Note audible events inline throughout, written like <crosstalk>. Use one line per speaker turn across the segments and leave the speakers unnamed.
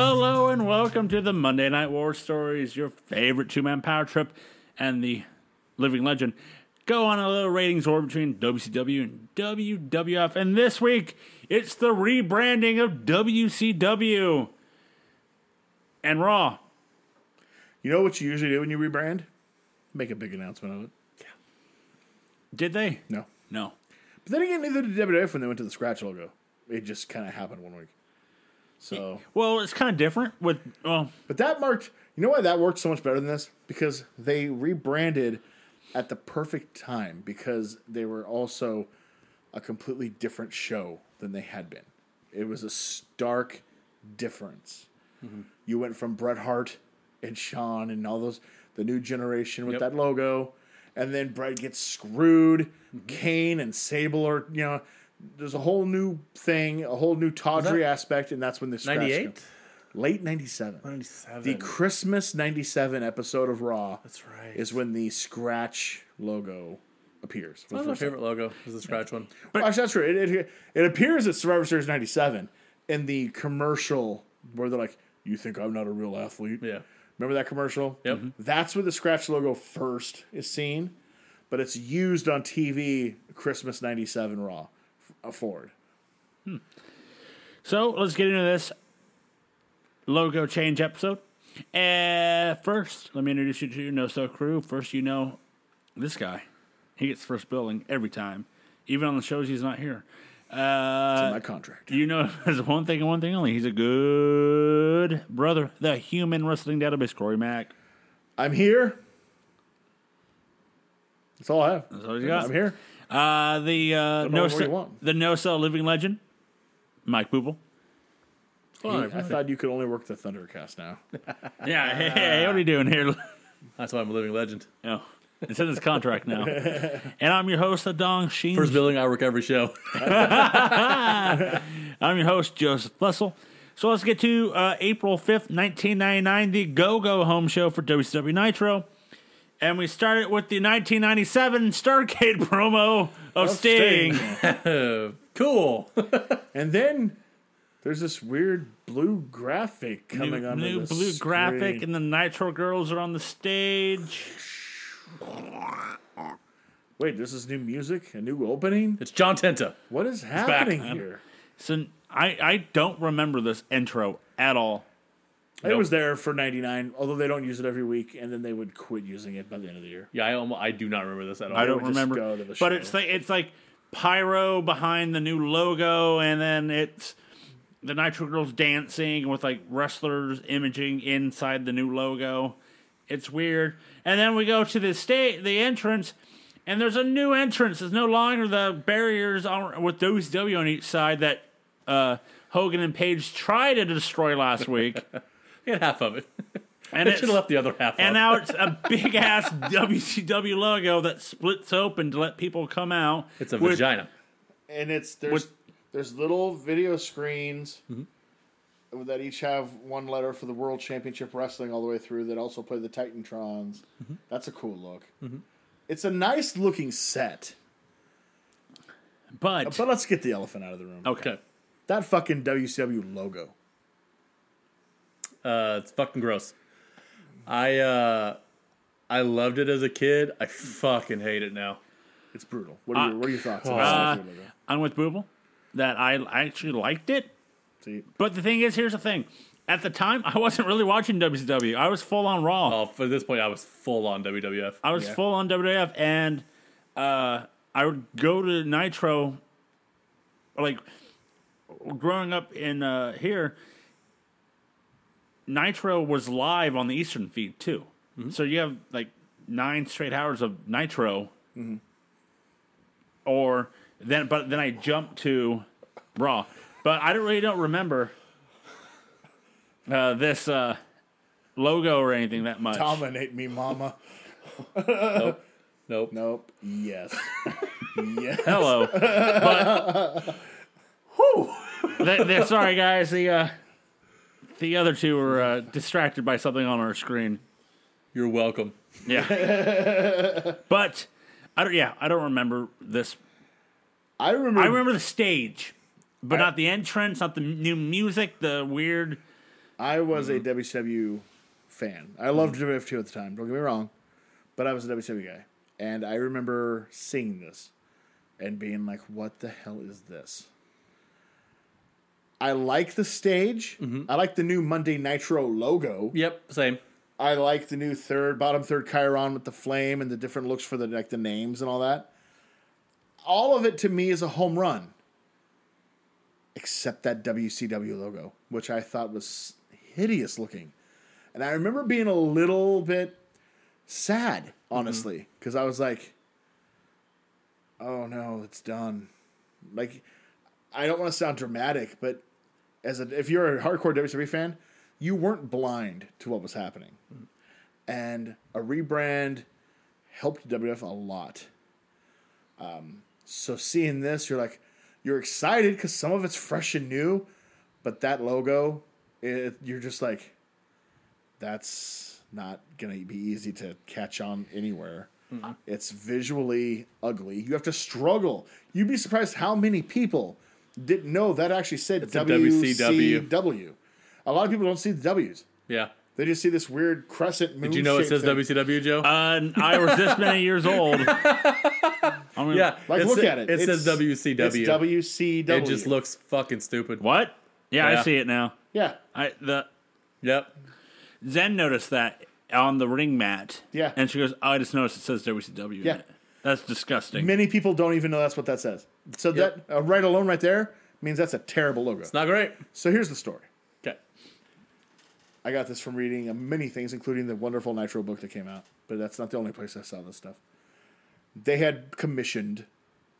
and welcome to the Monday Night War Stories, your favorite two man power trip and the living legend. Go on a little ratings war between WCW and WWF, and this week it's the rebranding of WCW and Raw.
You know what you usually do when you rebrand? Make a big announcement of it.
Did they?
No.
No.
But then again, neither did WWF when they went to the scratch logo. It just kind of happened one week. So,
Well, it's kind of different with, well,
but that marked, you know why that worked so much better than this? Because they rebranded at the perfect time because they were also a completely different show than they had been. It was a stark difference. You went from Bret Hart and Sean and all those, the new generation with
Yep.
that logo, and then Bret gets screwed. Kane and Sable are, you know, there's a whole new thing, a whole new tawdry aspect, and that's when the scratch
98?
late 97
97.
the christmas 97 episode of raw
That's right.
is when the scratch logo appears
That was my favorite logo. Was the scratch one?
Well, actually that's true it, it, it appears at survivor series 97 in the commercial where they're like you think i'm not a real athlete
Yeah.
remember that commercial Mm-hmm.
Yep. Mhm.
that's where the scratch logo first is seen but it's used on tv christmas 97 raw f- uh, forward
So let's get into this logo change episode. Uh, first, let me introduce you to your No So crew. First, you know this guy. He gets first billing every time, even on the shows he's not here. Uh,
my contract
you <laughs> know, there's one thing and one thing only. He's a good brother. The human wrestling database, Corey Mack.
i'm here that's all i have
That's all you got.
i'm here
Uh, the uh, no
more you
so,
want.
the no so living legend, Mike
<laughs>
Booble.
Five.
I thought you could only work the Thundercast now.
Yeah, hey, <laughs> hey, what are you doing here?
That's why I'm a living legend.
No. It's in his contract now. and I'm your host, Adong Sheen.
First building I work every show. <laughs>
I'm your host, Joseph Fussell. So let's get to uh, April 5th, 1999, the Go Go Home Show for WCW Nitro. And we start it with the 1997 Starcade <laughs> promo of Sting.
cool.
and then there's this weird blue graphic coming
New,
onto
new
the
blue graphic,
screen.
and the Nitro girls are on the stage.
Wait, this is new music, a new opening.
It's John Tenta.
What is happening
back.
here?
So I, I don't remember this intro at all.
It was there for '99, although they don't use it every week, and then they would quit using it by the end of the year.
Yeah, I almost, I do not remember this at all.
I don't
would just
remember.
go to the
But
show.
it's like it's like pyro behind the new logo, and then it's the Nitro Girls dancing with like wrestlers imaging inside the new logo. It's weird. And then we go to the state, the entrance, and there's a new entrance. There's no longer the barriers on, with WCW on each side that uh, Hogan and Page tried to destroy last
<laughs>
week.
Get half of it. <laughs>
And
I
it's,
should have left the other half.
and
up.
now it's a big ass WCW logo that splits open to let people come out.
it's a
with-
vagina.
And it's there's
What-
there's little video screens
Mm-hmm.
that each have one letter for the World Championship Wrestling all the way through. That also play the Titantrons.
Mm-hmm.
That's a cool look. It's a nice looking set.
But
But let's get the elephant out of the room.
Oh.
Okay.
That fucking WCW logo.
Uh, it's fucking gross. I uh, I loved it as a kid. I fucking hate it now.
It's brutal. What are, your, what are your thoughts? on
uh,
the WCW logo?
I'm with Booble that I actually liked it.
See,
But the thing is, here's the thing. At the time, I wasn't really watching WCW. I was full on Raw.
Oh, at this point, I was full on WWF.
I was
Yeah.
full on WWF, and uh, I would go to Nitro. Like growing up in uh, here, Nitro was live on the Eastern feed too. So you have like nine straight hours of Nitro, or then but then I jumped to Raw. But I don't really don't remember uh, this uh, logo or anything that much.
dominate me, mama.
nope.
Nope. Yes. yes.
Hello. But Th- th- sorry guys, the uh, the other two were uh, distracted by something on our screen.
You're welcome.
Yeah. but I don't yeah, I don't remember this.
I remember.
I remember the stage, but not the entrance, not the m- new music, the weird
I was a WCW fan. I loved WF2 at the time. Don't get me wrong, but I was a WCW guy, and I remember seeing this and being like, "What the hell is this?" I like the stage. I like the new Monday Nitro logo.
Yep, same.
I like the new third bottom third Chiron with the flame and the different looks for the like the names and all that. All of it to me is a home run. Except that WCW logo, which I thought was hideous looking. And I remember being a little bit sad, honestly, because I was like, oh no, it's done. Like, I don't want to sound dramatic, but as a, if you're a hardcore WWE fan, you weren't blind to what was happening. And a rebrand helped WF a lot. Um, so seeing this, you're like, you're excited because some of it's fresh and new, but that logo, it, you're just like, that's not going to be easy to catch on anywhere. It's visually ugly. You have to struggle. You'd be surprised how many people didn't know that actually said
a
WCW.
WCW.
A lot of people don't see the W's.
Yeah.
They just see this weird crescent moon.
Did you know it
shape
says
thing.
WCW, Joe?
Uh, I was this many years old. I mean,
yeah.
Like,
it's-
look at it.
It
It's-
says WCW.
It's WCW.
It just looks fucking stupid.
What? Yeah, I
Yeah.
see it now.
Yeah,
I the
Yep.
Zen noticed that on the ring mat.
Yeah.
And she goes, "Oh, I just noticed it says WCW.
Yeah.
In it. That's disgusting.
many people don't even know that's what that says. So
Yep.
that uh, right alone, right there, means that's a terrible logo.
Not great.
So here's the story.
Okay.
I got this from reading uh, many things, including the wonderful Nitro book that came out. But that's not the only place I saw this stuff. They had commissioned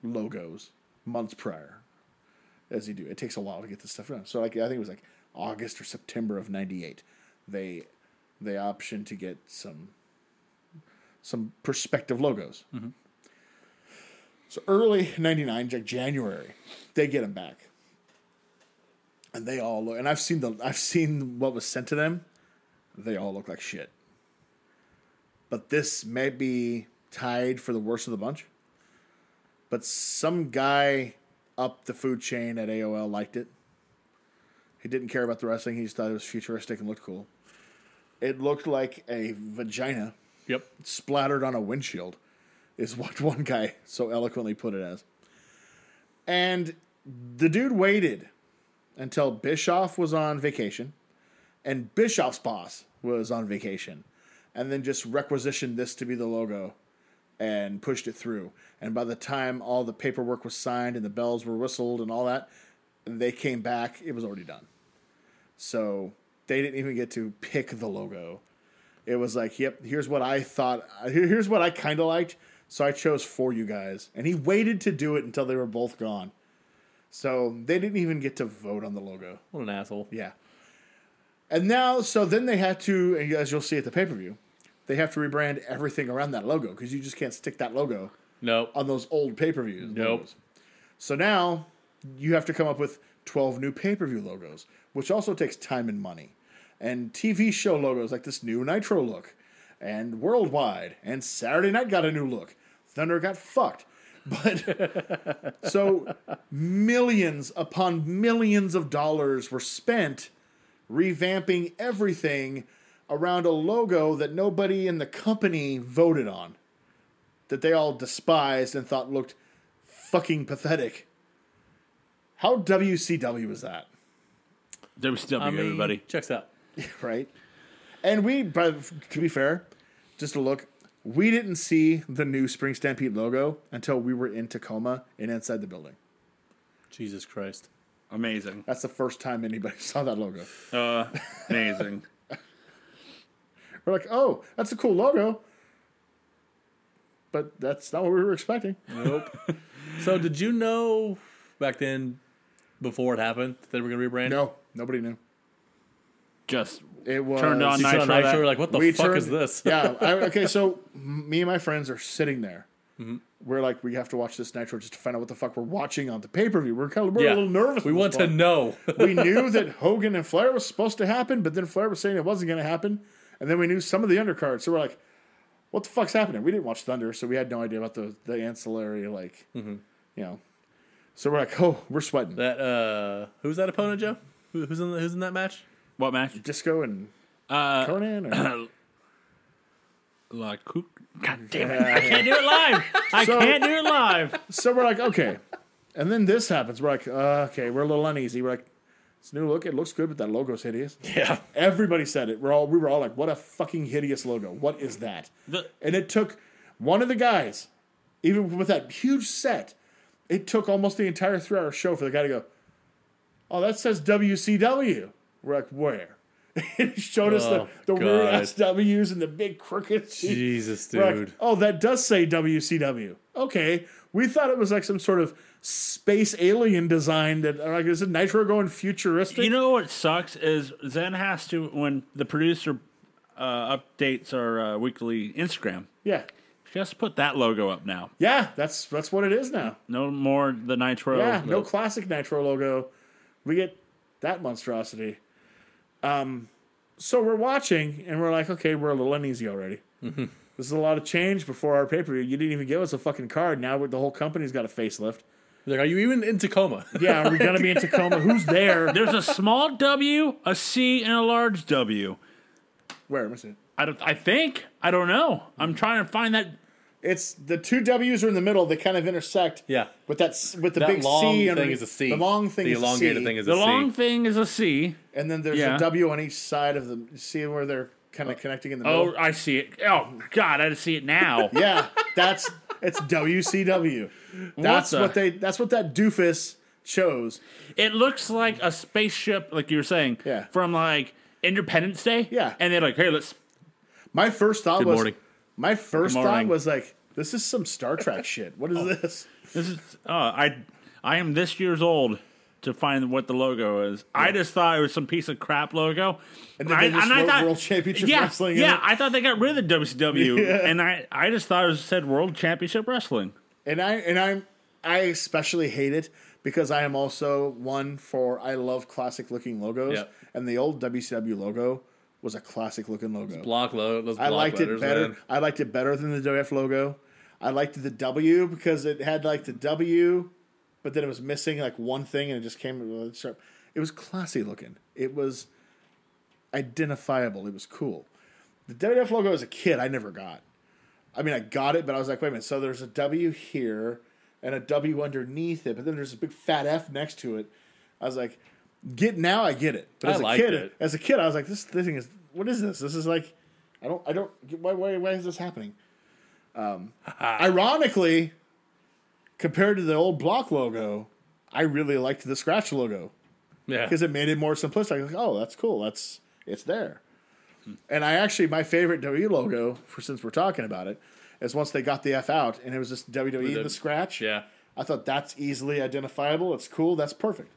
logos months prior, as you do. It takes a while to get this stuff done. So like I think it was like August or September of '98. They they optioned to get some some perspective logos. So early '99, like January, they get them back, and they all look. And I've seen the I've seen what was sent to them. They all look like shit. But this may be tied for the worst of the bunch. But some guy up the food chain at AOL liked it. He didn't care about the wrestling. He just thought it was futuristic and looked cool. It looked like a vagina
Yep.
splattered on a windshield is what <laughs> one guy so eloquently put it as. And the dude waited until Bischoff was on vacation and Bischoff's boss was on vacation and then just requisitioned this to be the logo and pushed it through. And by the time all the paperwork was signed and the bells were whistled and all that, and they came back, it was already done. So they didn't even get to pick the logo it was like, yep, here's what I thought. here- Here's what I kind of liked. So I chose for you guys. And he waited to do it until they were both gone. So they didn't even get to vote on the logo.
What an asshole.
Yeah. And now, so then they had to, and as you'll see at the pay per view, they have to rebrand everything around that logo because you just can't stick that logo
No.
on those old pay per views.
Nope.
So now you have to come up with 12 new pay per view logos, which also takes time and money. And TV show logos like this new Nitro look, and Worldwide, and Saturday Night got a new look. Thunder got fucked. <laughs> But so millions upon millions of dollars were spent revamping everything around a logo that nobody in the company voted on that they all despised and thought looked fucking pathetic. How WCW is that,
WCW,
I mean,
everybody.
Checks out.
right? And we, by, to be fair, just a look, we didn't see the new Spring Stampede logo until we were in Tacoma and inside the building.
Jesus Christ.
Amazing.
That's the first time anybody <laughs> saw that logo.
Uh, amazing.
We're like, oh, that's a cool logo. But that's not what we were expecting.
Nope. so did you know back then, before it happened, that they were going to rebrand?
No, nobody knew.
Just
It was
Turned on
You saw
Nitro
Nitro,
that-
you're like, what the fuck is this?
yeah. I, okay, so m- me and my friends are sitting there.
Mm-hmm.
We're like, we have to watch this Nitro just to find out what the fuck we're watching on the pay per view. We're kind of we're a
Yeah.
little nervous.
<laughs> We
at this
want to
point.
know. <laughs>
we knew that Hogan and Flair was supposed to happen, but then Flair was saying it wasn't going to happen, and then we knew some of the undercards. So we're like, what the fuck's happening? We didn't watch Thunder, so we had no idea about the the ancillary like,
Mm-hmm.
you know. So we're like, oh, we're sweating.
that uh, who's that opponent, Joe? Who, who's in the, who's in that match?
What match?
Disco and
Uh,
Conan?
<clears throat>
Or?
La Cook. God damn it! I can't do it live. I
So-
can't do it live.
so we're like, okay. And then this happens. We're like, uh, okay, we're a little uneasy. We're like, it's a new look. It looks good, but that logo's hideous. <laughs>
Yeah.
Everybody said it. We're all we were all like, what a fucking hideous logo. What is that?
The-
and it took one of the guys, even with that huge set, it took almost the entire three hour show for the guy to go, Oh, that says WCW. We're like, where? <laughs> it showed us the,
Oh,
the weird
God.
ass W's and the big crooked C's.
Jesus,
We're like,
dude.
oh, that does say WCW. Okay. We thought it was like some sort of space alien design that uh, like is it Nitro going futuristic?
You know what sucks is Zen has to when the producer uh, updates our uh, weekly Instagram.
yeah.
She has to put that logo up now.
Yeah, that's that's what it is now.
No more the Nitro.
Yeah, no classic Nitro logo. We get that monstrosity. Um, so we're watching and we're like, okay, we're a little uneasy already.
Mm-hmm.
This is a lot of change before our pay per view. You didn't even give us a fucking card. Now the whole company's got a facelift.
Like, are you even in Tacoma?
Yeah, are we gonna be in Tacoma? Who's
<laughs>
there?
There's a small W, a C, and a large W.
Where am I? seeing?
I, don't, I think. I don't know. I'm trying to find that.
It's the two W's are in the middle. They kind of intersect.
Yeah.
with that s- with the
<laughs> that
big
long
C
thing
underneath-
is a C.
The long thing,
The
is
elongated
a C,
thing is
The
a C.
long thing is a C.
and then there's
Yeah.
a W on each side of the. See where they're kind of connecting in the middle.
Oh, I see it. Oh, God, I see it now.
<laughs> Yeah, that's it's
<laughs>
WCW. That's
the-
what, they. That's what that doofus chose.
It looks like a spaceship, like you were saying,
Yeah.
from like Independence Day.
Yeah.
And they're like, hey, let's.
My first thought
Good
was.
morning.
My first
Good
thought
morning.
was like, this is some Star Trek shit. What is
Oh.
this?
This is. Uh, I, I am this year's old to find what the logo is. I just thought it was some piece of crap logo.
And then they just wrote World Championship
yeah,
Wrestling. in
Yeah,
it.
I thought they got rid of the
<laughs>
WCW, and I, I just thought it was said World Championship Wrestling.
and I and I'm I especially hate it because I am also one for I love classic looking logos,
Yeah.
and the old WCW logo was a classic looking logo.
Block load. Those block
I liked
letters,
it better.
Man.
I liked it better than the WF logo. I liked the W because it had like the W, but then it was missing like one thing, and it just came. It was classy looking. It was identifiable. It was cool. The WF logo as a kid, I never got. I mean, I got it, but I was like, wait a minute. So there's a W here and a W underneath it, but then there's a big fat F next to it. I was like, get now, I get it. But
I
as a
liked
kid,
it.
as a kid, I was like, this, this thing is what is this? This is like, I don't, I don't. Why, why, why is this happening?
<laughs>
Um, ironically, compared to the old block logo, I really liked the scratch logo
Yeah.
because it made it more simplistic. Like, oh, that's cool. That's it's there.
Hmm.
And I actually my favorite WWE logo for since we're talking about it is once they got the F out and it was just WWE in
the-
the scratch.
Yeah.
I thought that's easily identifiable. It's cool. That's perfect.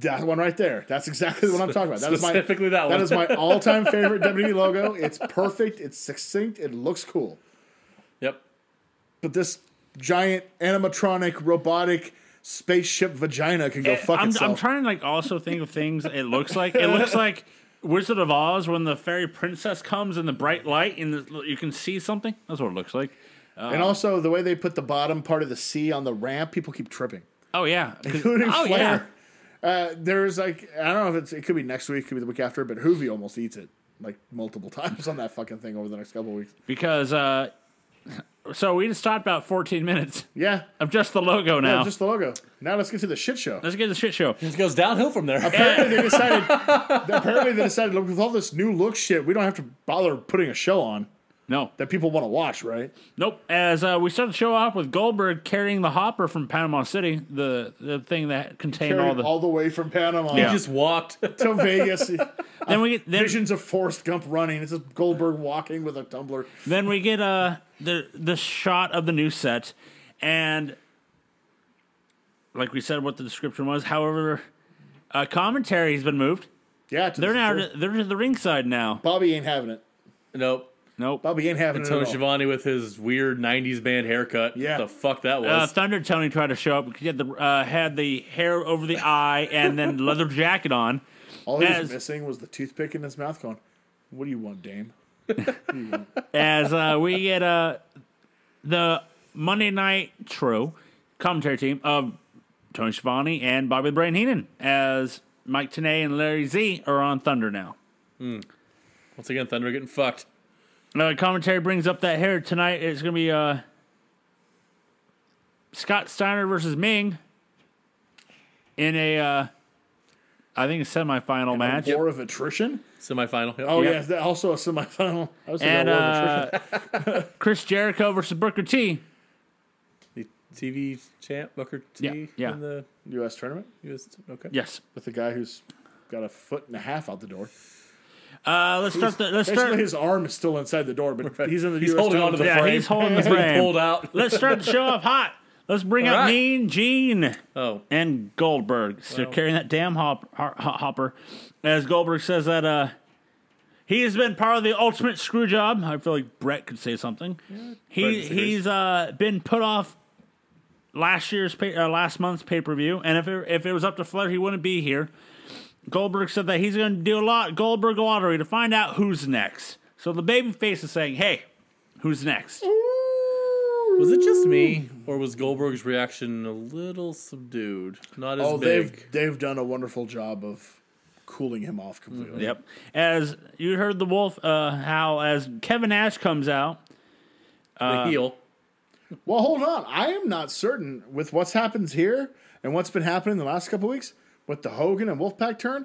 That one right there. That's exactly what I'm talking about. That is my
Specifically that one.
That is my all-time
<laughs>
favorite WWE logo. It's perfect. It's succinct. It looks cool.
Yep.
But this giant animatronic robotic spaceship vagina can go fuck
Eh, I'm,
itself.
I'm trying to like also think of things it looks like. It looks like Wizard of Oz when the fairy princess comes in the bright light and the, you can see something. That's what it looks like.
And also the way they put the bottom part of the C on the ramp, people keep tripping, <laughs>
Oh yeah, 'Cause-
including
oh,
Flair. Uh, there's like I don't know if it's it could be next week, could be the week after, but Hoovy almost eats it like multiple <laughs> times on that fucking thing over the next couple of weeks.
because uh, so we just talked about 14 minutes
Yeah,
of just the logo now.
just the logo. Now let's get to the shit show.
Let's get the shit show.
It goes downhill from <laughs> there.
Apparently they decided.
<laughs>
apparently they decided look, with all this new look shit, we don't have to bother putting a show on
No,
that people want to watch, right?
nope. As uh, we start the show off with Goldberg carrying the hopper from Panama City, the the thing that contained
Carried
all the.
way from Panama
He just walked. <laughs>
<laughs>
to Vegas.
then we get then,
Visions of Forrest Gump running. It's just Goldberg walking with a tumbler.
then we get uh the the shot of the new set and like we said what the description was however uh commentary has been moved
Yeah, to
they're
the
now
first-
they're to the ringside now
Bobby ain't having it.
nope.
nope
Bobby ain't having
Tony
it. At all.
Schiavone with his weird '90s band haircut.
Yeah.
the fuck that
uh,
was.
thunder tony tried to show up because he had the uh, had the hair over the eye and then <laughs> leather jacket on
All he was
As-
missing was the toothpick in his mouth going, What do you want, dame?
as uh, we get uh, the Monday Night True commentary team of Tony Schiavone and Bobby the Brain Heenan as Mike Tenay and Larry Z are on Thunder now.
Once again, Thunder getting fucked.
Uh, commentary brings up that hair tonight. It's going to be uh, Scott Steiner versus Ming in a, uh, I think, a semifinal match.
War of attrition.
Semifinal. Yep.
Oh
Yep.
yeah, that also a semifinal. I was thinking
And
about War of
uh,
<laughs>
Chris Jericho versus Booker T.
The TV champ Booker T
Yeah, yeah.
in the
attrition. U.S. tournament
US. Okay.
Yes.
with the guy who's got a foot and a half out the door.
Uh, let's start the. Let's
Basically,
start.
his arm is still inside the door, but he's in the
He's
U.S.
holding
tournament.
onto the
Yeah,
frame.
he's
<laughs>
holding the
He's been
frame.
pulled out.
Let's start the show off hot. Let's bring
All
up
right.
Mean Gene.
Oh,
and Goldberg. So carrying that damn hop, ho- ho- hopper, as Goldberg says that uh, he has been part of the ultimate screw job. I feel like Brett could say something. he
Brett disagrees.
he's uh, been put off last year's pay, uh, last month's pay per view, and if it, if it was up to Flair, he wouldn't be here. Goldberg said that he's going to do a lot Goldberg lottery to find out who's next. So the baby face is saying, "Hey, who's next?"
was it just me,
Mm.
or was Goldberg's reaction a little subdued? Not as
Oh,
big.
they've they've done a wonderful job of cooling him off completely.
Yep. As you heard the wolf uh, howl as Kevin Nash comes out.
Uh,
the heel.
Well, hold on. I am not certain with what's happened here and what's been happening the last couple weeks with the Hogan and Wolfpack turn.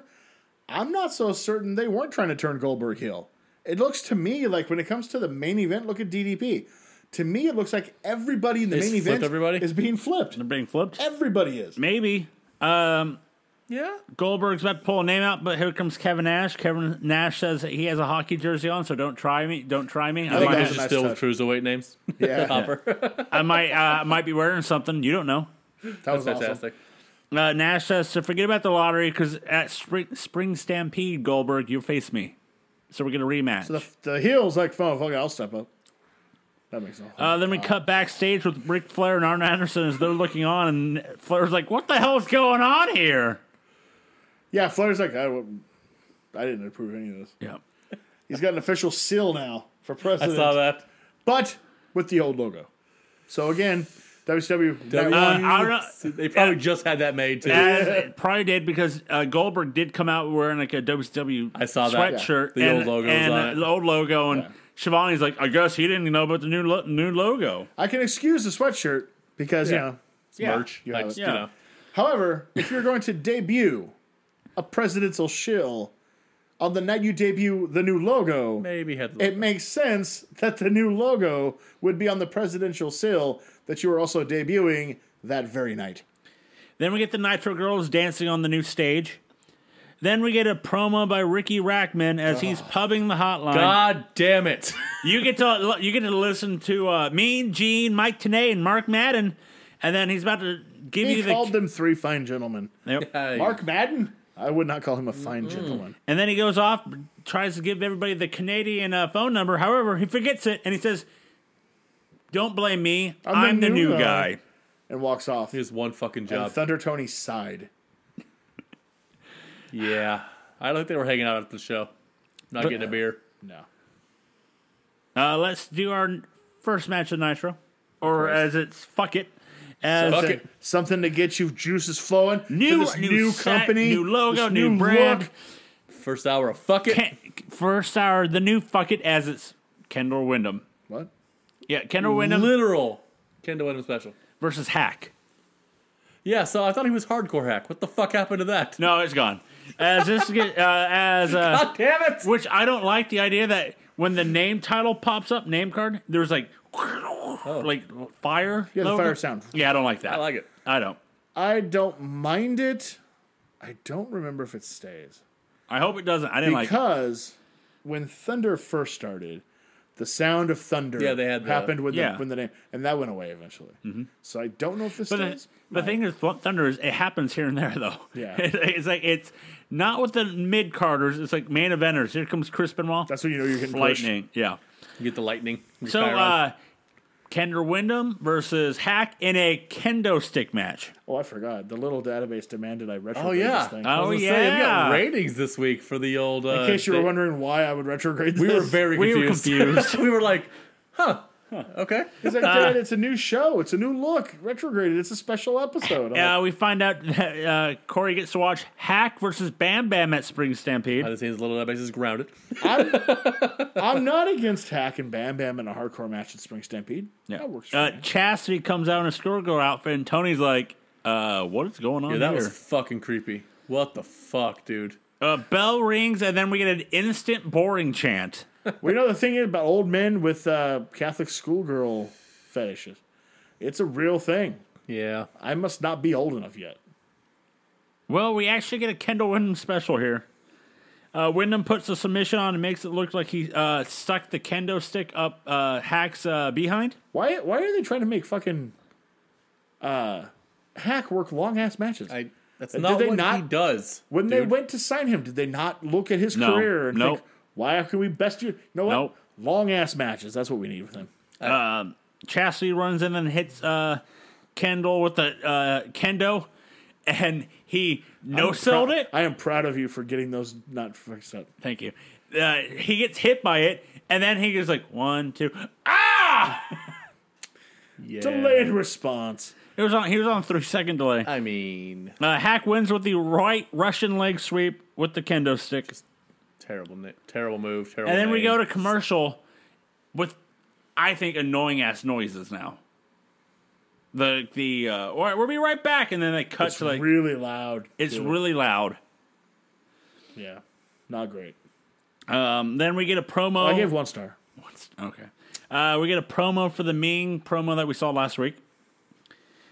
I'm not so certain they weren't trying to turn Goldberg heel. It looks to me like when it comes to the main event, look at DDP. To me, it looks like everybody in the
They
main
flipped
event
everybody?
is being flipped.
They're being flipped.
Everybody
<laughs>
is.
Maybe.
Yeah.
Goldberg's about to pull a name out, but here comes Kevin Nash. Kevin Nash says that he has a hockey jersey on, so don't try me. Don't try me. I
think
They
that's
might,
should
a nice
still
touch.
cruiserweight names.
<laughs>
<laughs>
Yeah.
Hopper.
I might, uh, might be wearing something. You don't know.
That was
Fantastic.
Uh, Nash says to forget about the lottery because at spring, spring Stampede, Goldberg, you face me. So we're gonna rematch.
awesome. The, the heel's like, oh, fuck it, I'll step up. That makes sense.
uh, then we cut backstage with Ric Flair and Arn Anderson as they're looking on, and Flair's like, "What the hell's going on here?"
yeah, Flair's like, I, wouldn't- I didn't approve any of this.
Yeah.
He's got an official seal now for
I
president.
saw
Uh,
that.
but with the old logo. So again, WCW.
Uh, I don't know.
They probably just had that made too.
As it probably did because uh, Goldberg did come out wearing like a WCW
I saw that.
sweatshirt,
Yeah. The
and,
old logo was
and
on
uh,
it.
the old logo, and Shivani's like, I guess he didn't know about the new lo- new logo.
I can excuse the sweatshirt because you know.
Yeah.
merch.
You
like,
have it.
you
Yeah.
know.
However, if you're going to debut a presidential shill on the night you debut the new logo,
Maybe had
it makes sense that the new logo would be on the presidential seal that you were also debuting that very night.
Then we get the Nitro Girls dancing on the new stage. Then we get a promo by Ricky Rackman as he's pubbing the hotline.
God damn it.
You get to you get to listen to uh, Mean Gene, Mike Tenay, and Mark Madden, and then he's about to give
He
you the
called them three fine gentlemen.
Yep.
Mark Madden. I would not call him a fine gentleman.
And then he goes off, tries to give everybody the Canadian uh, phone number. However, he forgets it and he says, Don't blame me. I'm,
the
the new,
new
guy.
guy." And walks off.
Just one fucking
And
job.
Thunder Tony sighed.
yeah. I don't think they were hanging out at the show. Not getting a beer.
No.
Uh, let's do our first match of Nitro. Or as it's fuck it. As
Fuck
So-
it.
Something to get you juices flowing. for
New-
this
new
new,
set,
company,
new logo,
this
new brand.
look.
First hour of fuck it.
Ken- first hour, the new fuck it as it's Kendall Windham.
What?
Yeah, Kendall Windham
Literal. Kendall Windham special.
versus Hack.
Yeah, so I thought he was hardcore hack. What the fuck happened to that?
No, it's gone. As this get, uh, as uh,
God damn it.
which I don't like the idea that when the name title pops up, name card, there's like like fire.
Oh. Yeah, the
logo.
fire sound.
Yeah, I don't like that.
I like it.
I don't.
I don't mind it. I don't remember if it stays.
I hope it doesn't. I didn't like.
Because when Thunder first started, the sound of thunder
Yeah, they had the-
happened with,
Yeah. Mm-hmm.
the, when the name, and that went away eventually. So I don't know if this
But
stays.
the, the thing is, Thump Thunder is it happens here and there though.
Yeah.
<laughs> it's like it's not with the mid carders. It's like main eventers. Here comes Chris Benoit.
That's when you know you're getting pushed.
lightning. Yeah.
You get the lightning. You
So
fire on.
uh, Kendra Windham versus Hack in a kendo stick match.
Oh, I forgot. The little database demanded I retrograde
Oh yeah!
this thing.
Uh,
I
Oh,
was gonna say, we got
yeah.
ratings this week for the old. Uh,
In case you were <laughs>
thing.
wondering why I would retrograde this.
<laughs> we were very
We were
confused.
confused.
we were like, "Huh? Okay.
<laughs>
He's like,
Ah.
Dad, it's a new show. It's a new look. Retrograded. It's a special episode. I'm
Uh,
like,
we find out that uh, Corey gets to watch Hack versus Bam Bam at Spring Stampede.
By the scenes, Little Bass is grounded.
<laughs>
I'm not against Hack and Bam Bam in a hardcore match at Spring Stampede. Yeah. That works for
Uh,
me.
Chastity comes out in a schoolgirl outfit, and Tony's like, uh, "What is going on
Yeah, that
here?"
was fucking creepy. What the fuck, dude?
Uh, bell rings, and then we get an instant boring chant.
Well, you know the thing about old men with uh, Catholic schoolgirl fetishes. It's a real thing.
Yeah.
I must not be old enough yet.
Well, we actually get a Kendall Windham special here. Uh, Wyndham puts a submission on and makes it look like he uh, stuck the kendo stick up uh, Hack's uh, behind.
Why? Why are they trying to make fucking uh, hack work long ass matches?
I. That's
Did
not
they
what he
not-
does.
when they
dude.
went to sign him, did they not look at his
No.
career and
Nope.
think, why can we best you? you know what?
Nope.
Long ass matches. That's what we need with him.
Chastity runs in and hits uh, Kendall with the uh, kendo, and he no Oh, sold
Prou-
it.
I am proud of you for getting those not fixed up.
Thank you. Uh, he gets hit by it, and then he goes like one, two, ah!
yeah.
Delayed response.
It was on. He was on three second delay.
I mean,
Uh, Hack wins with the right Russian leg sweep with the kendo stick.
terrible, ni- terrible move. Terrible.
And then we
name.
go to commercial with, I think, annoying ass noises now. The the uh, all right, we'll be right back, and then they cut
It's
to like
really loud.
it's
dude.
really loud.
yeah, not great.
Um, then we get a promo.
I gave one star.
okay, uh, we get a promo for the Ming promo that we saw last week.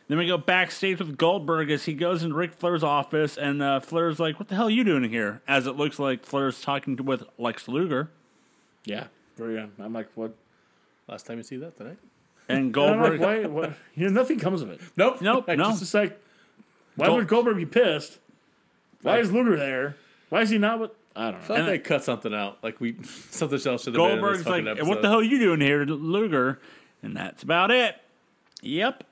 Then we go backstage with Goldberg as he goes into Ric Flair's office, and uh, Flair's like, "What the hell are you doing here?" As it looks like Flair's talking to, with Lex Luger,
Yeah, very. uh, I'm like, what?
Last time you see that tonight.
and
I'm like,
Goldberg.
why? What? You know, nothing comes of it.
Nope.
Nope,
<laughs> I
no.
It's just like, why
Gol-
would Goldberg be pissed? Why is Luger there? Why is he not with? I don't know.
thought they cut something out. Like we <laughs> something else should have been in this
Goldberg's like,
fucking
"What the
episode.
hell are you doing here, Luger?" And that's about it. Yep.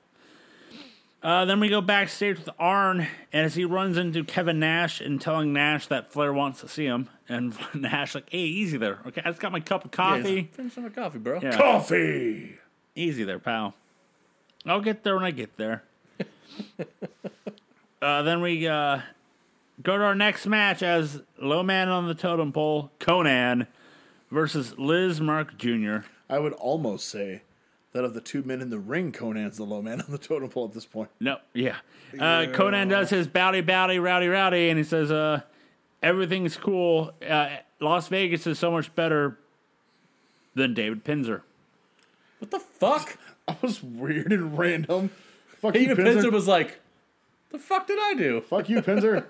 Uh, then we go backstage with Arn as he runs into Kevin Nash and telling Nash that Flair wants to see him. And <laughs> Nash like, "Hey, easy there. Okay, I just got my cup of coffee.
Finish on my coffee, bro.
Yeah.
Coffee.
Easy there, pal. I'll get there when I get
<laughs>
there." uh, then we uh, go to our next match as low man on the totem pole, Conan versus Liz Mark Jr.
I would almost say that of the two men in the ring, Conan's the low man on the totem pole at this point. <laughs>
No, yeah. Uh, Conan does his bowdy, bowdy, rowdy, rowdy, and he says, uh, everything's cool. Uh, Las Vegas is so much better than David Pinzer.
What the fuck?
That was weird and random. Fuck you,
Even
Pinzer.
Pinzer was like, "The fuck did I do?"
Fuck you, Pinzer.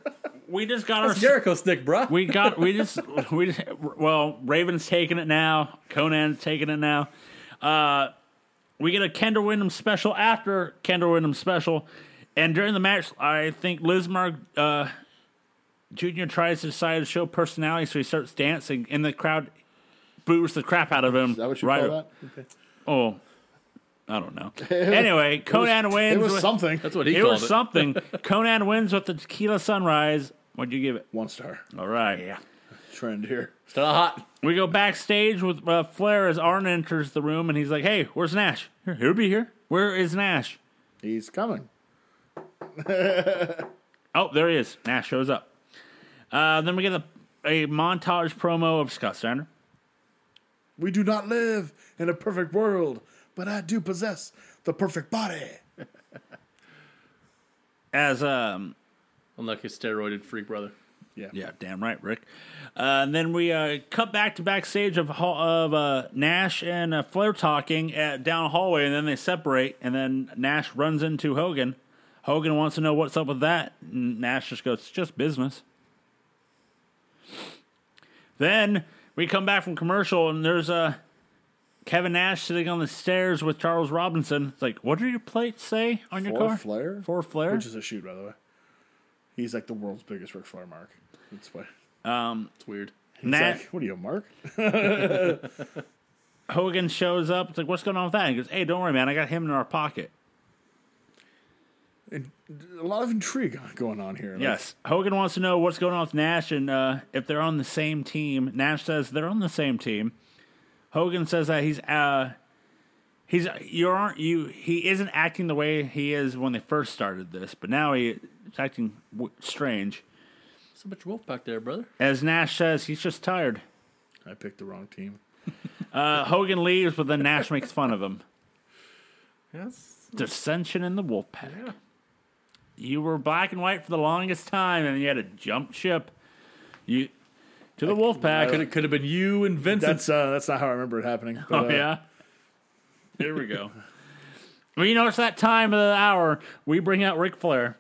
We just got our.
Jericho stick, bro.
we got. We just. <laughs> We just, well, Raven's taking it now. Conan's taking it now. Uh, we get a Kendall Windham special after Kendall Windham special, and during the match, I think Lismar uh, Junior tries to decide to show personality, so he starts dancing, and the crowd boos the crap out of him.
Is that what you
right,
call that?
Oh, I don't
<laughs>
know. anyway, Conan wins.
It was
with-
something.
That's what he
It
called
was
<laughs>
it.
something. Conan wins with the tequila sunrise. What'd you give it?
One star
All right. Yeah.
trend here.
Still hot.
We go backstage with uh, Flair as Arn enters the room, and he's like, "Hey, where's Nash? Here, He'll be here. Where is Nash?
He's coming.
Oh, there he is. Nash shows up. Uh, then we get a, a montage promo of Scott Steiner.
We do not live in a perfect world, but I do possess the perfect body.
As um,
Unlike his steroided freak brother.
yeah, damn right, Rick. Uh, and then we uh, cut back to backstage of Hall- of uh, Nash and uh, Flair talking at down a hallway, and then they separate, and then Nash runs into Hogan. Hogan wants to know what's up with that. and Nash just goes, "It's just business." Then we come back from commercial, and there's Uh, Kevin Nash sitting on the stairs with Charles Robinson. It's like, what did your plate say on your
For
car?
Flair?
For Flair?
Which is a shoot, by the way. He's like the world's biggest Ric Flair mark. That's why.
It's weird.
Nash,
Zach, what are you, a mark?
Hogan shows up. It's like, what's going on with that? He goes, hey, don't worry, man. I got him in our pocket.
And a lot of intrigue going on here. Like,
Yes. Hogan wants to know what's going on with Nash and uh, if they're on the same team. Nash says they're on the same team. Hogan says that he's uh, he's you aren't you he isn't acting the way he is when they first started this, but now he's acting w- strange.
It's a bunch of wolf back there, brother.
As Nash says, he's just tired.
I picked the wrong team.
Uh, Hogan leaves, but then Nash makes fun of him.
Yes.
Dissension in the wolf pack. You were black and white for the longest time, and you had to jump ship. You to the wolf pack.
Could it could have been you and Vincent.
That's uh, that's not how I remember it happening. But,
Oh <laughs>
uh,
yeah. Here we go. <laughs> well, you know it's that time of the hour we bring out Ric Flair.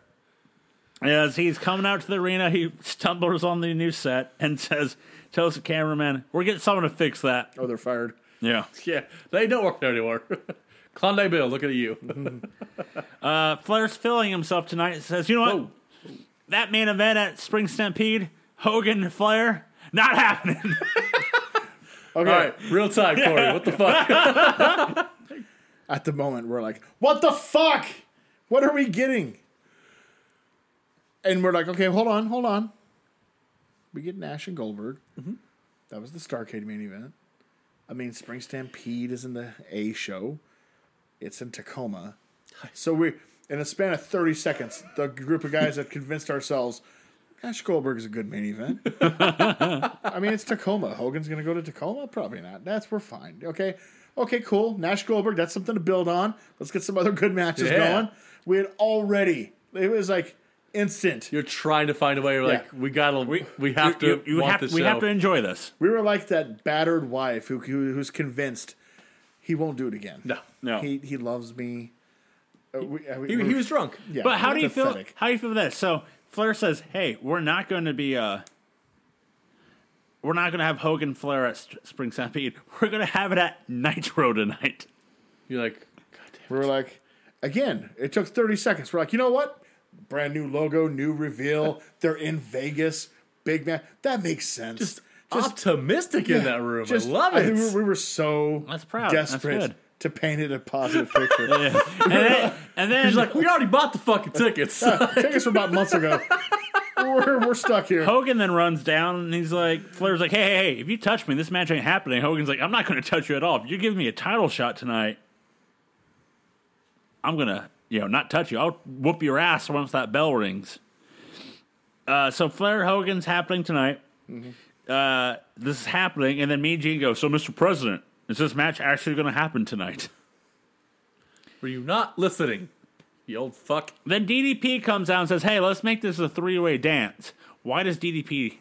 As he's coming out to the arena, he stumbles on the new set and <laughs> says, tells the cameraman, We're getting someone to fix that.
Oh, they're fired.
Yeah.
yeah, they don't work there anymore. <laughs> Klondike Bill, look at you.
Uh, Flair's filling himself tonight and says, You know what?
Whoa.
That main event at Spring Stampede, Hogan and Flair, not happening.
Okay.
All right, real time, Corey. What the fuck?
At the moment, we're like, what the fuck? What are we getting? And we're like, okay, hold on, hold on. We get Nash and Goldberg. That was the Starcade main event. I mean, Spring Stampede is in the A show. It's in Tacoma. So we, in a span of 30 seconds, the group of guys that convinced ourselves Nash Goldberg is a good main event. I mean, it's Tacoma. Hogan's going to go to Tacoma? Probably not. That's, we're fine. Okay. Okay, cool. Nash Goldberg, that's something to build on. Let's get some other good matches
Yeah.
going. We had already, it was like instant.
<laughs> You're trying to find a way. You're like, we gotta, we, have to
You- you
want
have-
this
we
show.
have to enjoy this.
We were like that battered wife who, who who's convinced he won't do it again.
No,
No.
He he loves me. Uh, we- uh, we-
he, he was drunk.
yeah,
But how do you feel?
pathetic.
How do you feel that? So Flair says, "Hey, we're not going to be uh, we're not going to have Hogan Flair at St- Spring Stampede. We're going to have it at Nitro
<laughs>
tonight."
You're like,
We were like, again, it took 30 seconds. We're like, you know what? Brand new logo, new
<laughs>
reveal. They're in Vegas. Big man. That makes sense.
just, optimistic in that room.
Just-
I love
think
it.
we
<laughs>
were- we were so
That's proud. That's
desperate
good.
to paint it a positive
<laughs>
picture.
And then, and then
He's like, we already bought the fucking tickets.
Tickets were about months ago. we're, we're stuck here.
Hogan then runs down and he's like, Flair's like, "Hey, hey, hey, if you touch me, this match ain't happening." Hogan's like, "I'm not going to touch you at all. If you give me a title shot tonight, I'm gonna, you know, not touch you. I'll whoop your ass once that bell rings." Uh, so Flair Hogan's happening tonight. Uh, this is happening, and then me and Gene go. So, Mr. President, is this match actually going to happen tonight?
<laughs>
<laughs>
were you not listening? You old fuck.
Then DDP comes out and says, "Hey, let's make this a three-way dance." Why does DDP?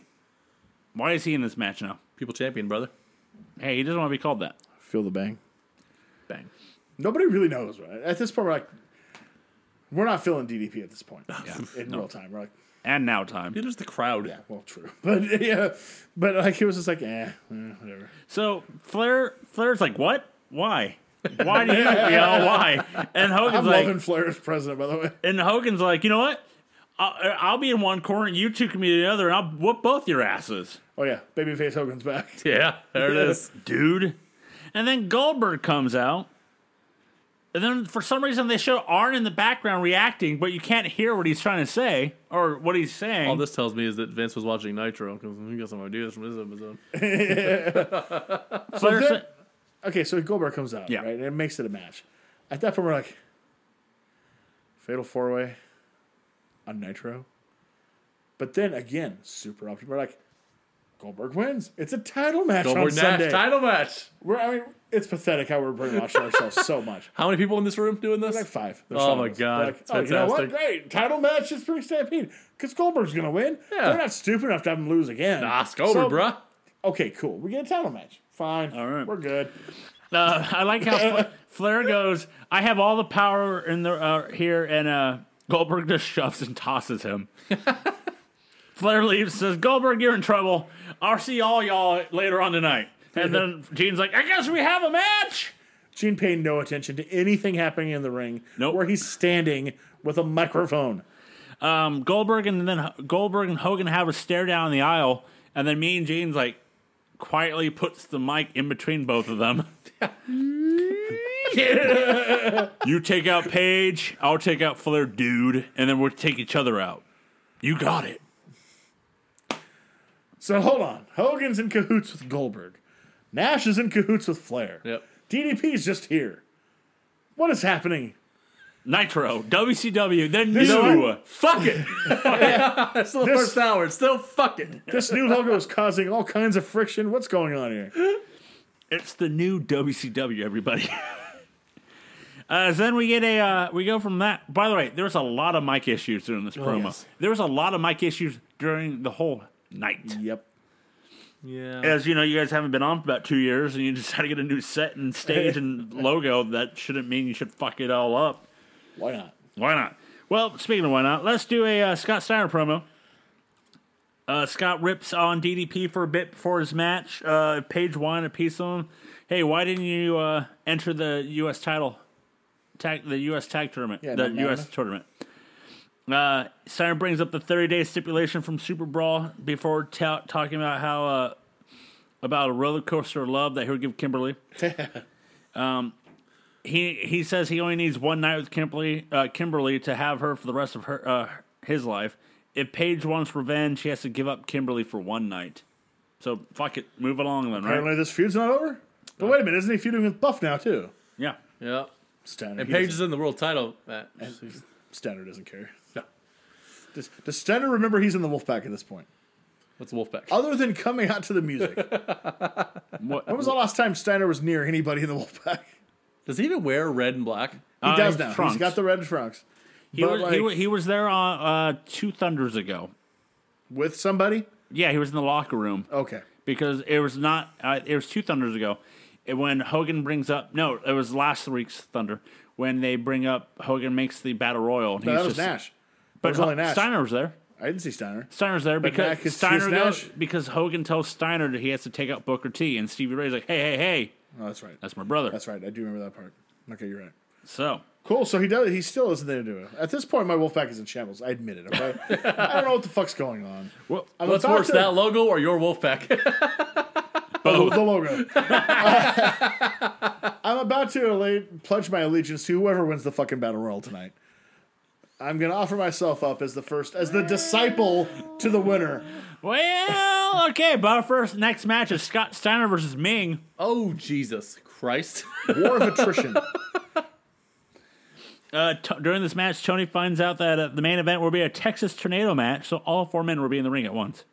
Why is he in this match now?
People champion, brother.
Hey, he doesn't want to be called that.
Feel the bang.
Bang.
Nobody really knows, right? At this point, we're like, we're not feeling DDP at this point in real time. We're like,
and now time.
It is the crowd.
yeah, well, true, <laughs> but yeah, but like it was just like, eh, eh, whatever.
So Flair, Flair's like, what?
<laughs>
Why? Why do you? you know, why? And Hogan's
I'm
like,
loving Flair as president, by the way. <laughs>
and Hogan's like, you know what? I'll, I'll be in one corner, and you two can be in the other, and I'll whoop both your asses,
Oh yeah, babyface Hogan's back. <laughs>
<laughs> Yeah, there it is.
dude. And then Goldberg comes out. And then for some reason they show Arn in the background reacting, but you can't hear what he's trying to say or what he's saying.
All this tells me is that Vince was watching Nitro because we got some ideas from this episode.
Flair
then-
said-
Okay, so Goldberg comes out,
Yeah.
right, and it makes it a match. At that point, we're like, fatal four way on Nitro. But then again, super optimistic. We're like, Goldberg wins. It's a title match
Goldberg
on
Nash
Sunday.
title match.
We're, I mean, it's pathetic how we're brainwashing ourselves so much.
How many people in this room doing this?
Like five. There's
Oh
seven
my
of us.
God,
We're Like,
it's
oh, you know what?
fantastic.
Great title match is pretty stampede because Goldberg's gonna win.
Yeah.
They're not stupid enough to have him lose again.
Ah, it's over,
So-
bruh.
Okay, cool. We get a title match. Fine. All
right.
We're good.
Uh, I like how Fla- Flair goes. I have all the power in the uh, here, and uh, Goldberg just shoves and tosses him. Flair leaves, says Goldberg, you're in trouble. I'll see all y'all later on tonight. And then Gene's like, I guess we have a match.
Gene paid no attention to anything happening in the ring
Nope.
where he's standing with a microphone.
Um, Goldberg and then H- Goldberg and Hogan have a stare down the aisle, and then me and Gene's like quietly puts the mic in between both of them. you take out Paige, I'll take out Flair, dude, and then we'll take each other out. You got it.
So hold on. Hogan's in cahoots with Goldberg. Nash is in cahoots with Flair.
Yep. <laughs>
DDP's just here. What is happening?
Nitro, WCW, then
You know
new.
what?
Fuck it.
That's still the
This-
first hour. It's still fucking.
<laughs> This new logo is causing all kinds of friction. What's going on here?
It's the new WCW, everybody. <laughs> uh, so then we get a uh, we go from that. By the way, there's a lot of mic issues during this promo.
yes.
There was a lot of mic issues during the whole night.
Yep.
Yeah.
As you know, you guys haven't been on for about two years, and you just had to get a new set and stage and logo. That shouldn't mean you should fuck it all up.
Why not?
Why not? Well, speaking of why not, let's do a uh, Scott Steiner promo. Uh, Scott rips on DDP for a bit before his match. Uh, Page one, a piece of him. Hey, why didn't you uh, enter the U.S. title, tag, the U.S. tag tournament,
Yeah,
the
not mad
U.S.
enough.
tournament? Uh, Steiner brings up the 30 day stipulation from Super Brawl before ta- talking about how uh, about a roller coaster of love that he would give
<laughs>
Kimberly Um, he he says he only needs one night with Kimberly uh, Kimberly to have her for the rest of her uh, his life. If Paige wants revenge, she has to give up Kimberly for one night. So fuck it, move along then, right?
Apparently, this feud's not over.
Uh,
But wait a minute, isn't he feuding with Buff now too?
Yeah.
Yeah.
Steiner.
And
he
Paige
doesn't-
is in the world title match.
Steiner doesn't care.
No.
Does, does Steiner remember he's in the Wolfpack at this point?
What's Wolfpack?
Other than coming out to the
<laughs>
music, when <laughs>
What,
was the last time Steiner was near anybody in the Wolfpack?
Does he even wear red and black?
He
Uh,
does now.
trunks.
He's got the red trunks.
he,
but
was,
like,
he, wa- he was there on uh, two thunders ago.
with somebody.
Yeah, he was in the locker room
Okay.
because it was not. Uh, it was two thunders ago It- when Hogan brings up. No, it was last week's thunder when they bring up Hogan makes the battle royal. And
No,
he's
that was
just-
Nash.
But
was only Nash.
Steiner was there.
I didn't see Steiner.
Steiner's there because
Mac is-
Steiner
she's
goes,
Nash.
because Hogan tells Steiner that he has to take out Booker T, and Stevie Ray's like, "Hey, hey, hey,
Oh, that's right.
that's my brother."
That's right. I do remember that part. Okay, you're right.
so
Cool. So he does. He still isn't there to do it. At this point, my Wolfpack is in shambles. I admit
<laughs>
it. Okay. I don't know what the fuck's going on.
well,
I'm
What's
about
worse,
to-
that logo or your Wolfpack?
Oh, the logo. <laughs> I'm about to alle- pledge my allegiance to whoever wins the fucking battle royal tonight. I'm gonna offer myself up as the first, as the disciple to the winner.
well, okay. But our first next match is Scott Steiner versus Ming.
<laughs> oh Jesus Christ! <laughs>
War of attrition.
Uh, t- during this match, Tony finds out that uh, the main event will be a Texas tornado match, so all four men will be in the ring at once.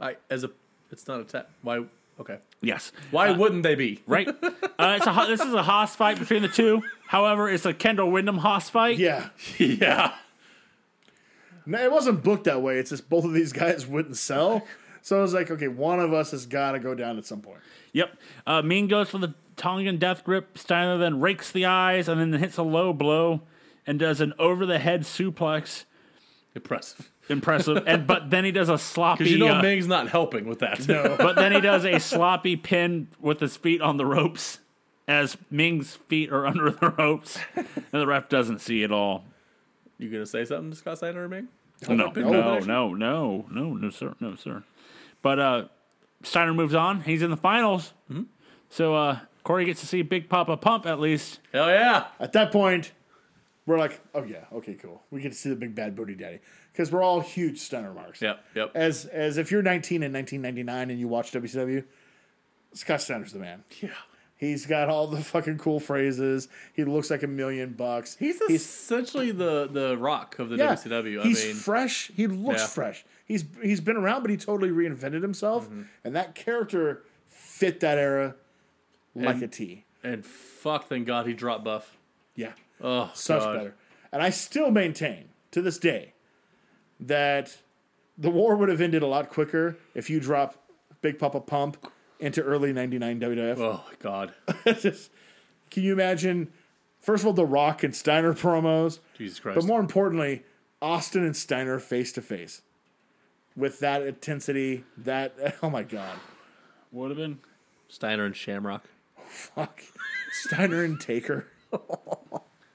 I, as a, it's not a tap. Why? Okay.
Yes,
Why wouldn't they be?
right. uh, it's a ho- this is a Haas fight between the two. However, it's a Kendall Windham Haas fight.
<laughs> Yeah.
yeah.
No, it wasn't booked that way. It's just both of these guys wouldn't sell. So I was like, okay, one of us has got to go down at some point.
Yep. Uh, Mean goes for the Tongan death grip. Steiner then rakes the eyes and then hits a low blow and does an over the head suplex.
Impressive.
Impressive. and but then he does a sloppy.
Because you know
uh,
Ming's not helping with that.
but then he does a sloppy pin with his feet on the ropes as Ming's feet are under the ropes and the ref doesn't see it all.
<laughs> you gonna say something to Scott Steiner or Ming?
No,
big
no,
action.
no, no, no, no, sir, no, sir. But uh, Steiner moves on. He's in the finals.
Hmm?
So uh, Corey gets to see Big Papa Pump at least.
Hell yeah!
At that point, we're like, oh yeah, okay, cool. We get to see the big bad booty daddy because we're all huge stunner marks.
Yep. Yep.
As as if you're 19 in 1999 and you watch WCW, Scott Steiner's the man.
yeah.
He's got all the fucking cool phrases. He looks like a million bucks.
He's, essentially the the rock of the
yeah,
WCW. I
he's
mean,
fresh. He looks
Yeah.
fresh. He's he's been around, but he totally reinvented himself,
Mm-hmm.
and that character fit that era like a T.
and fuck, thank God he dropped Buff.
Yeah.
Oh,
so much
God.
better. And I still maintain to this day that the war would have ended a lot quicker if you drop Big Papa Pump into early '99 <laughs> WWF.
Oh God,
Just- Can you imagine? First of all, The Rock and Steiner promos,
Jesus Christ!
but more importantly, Austin and Steiner face to face with that intensity. That <laughs> oh my god,
Would have been
Steiner and Shamrock.
fuck Steiner and Taker.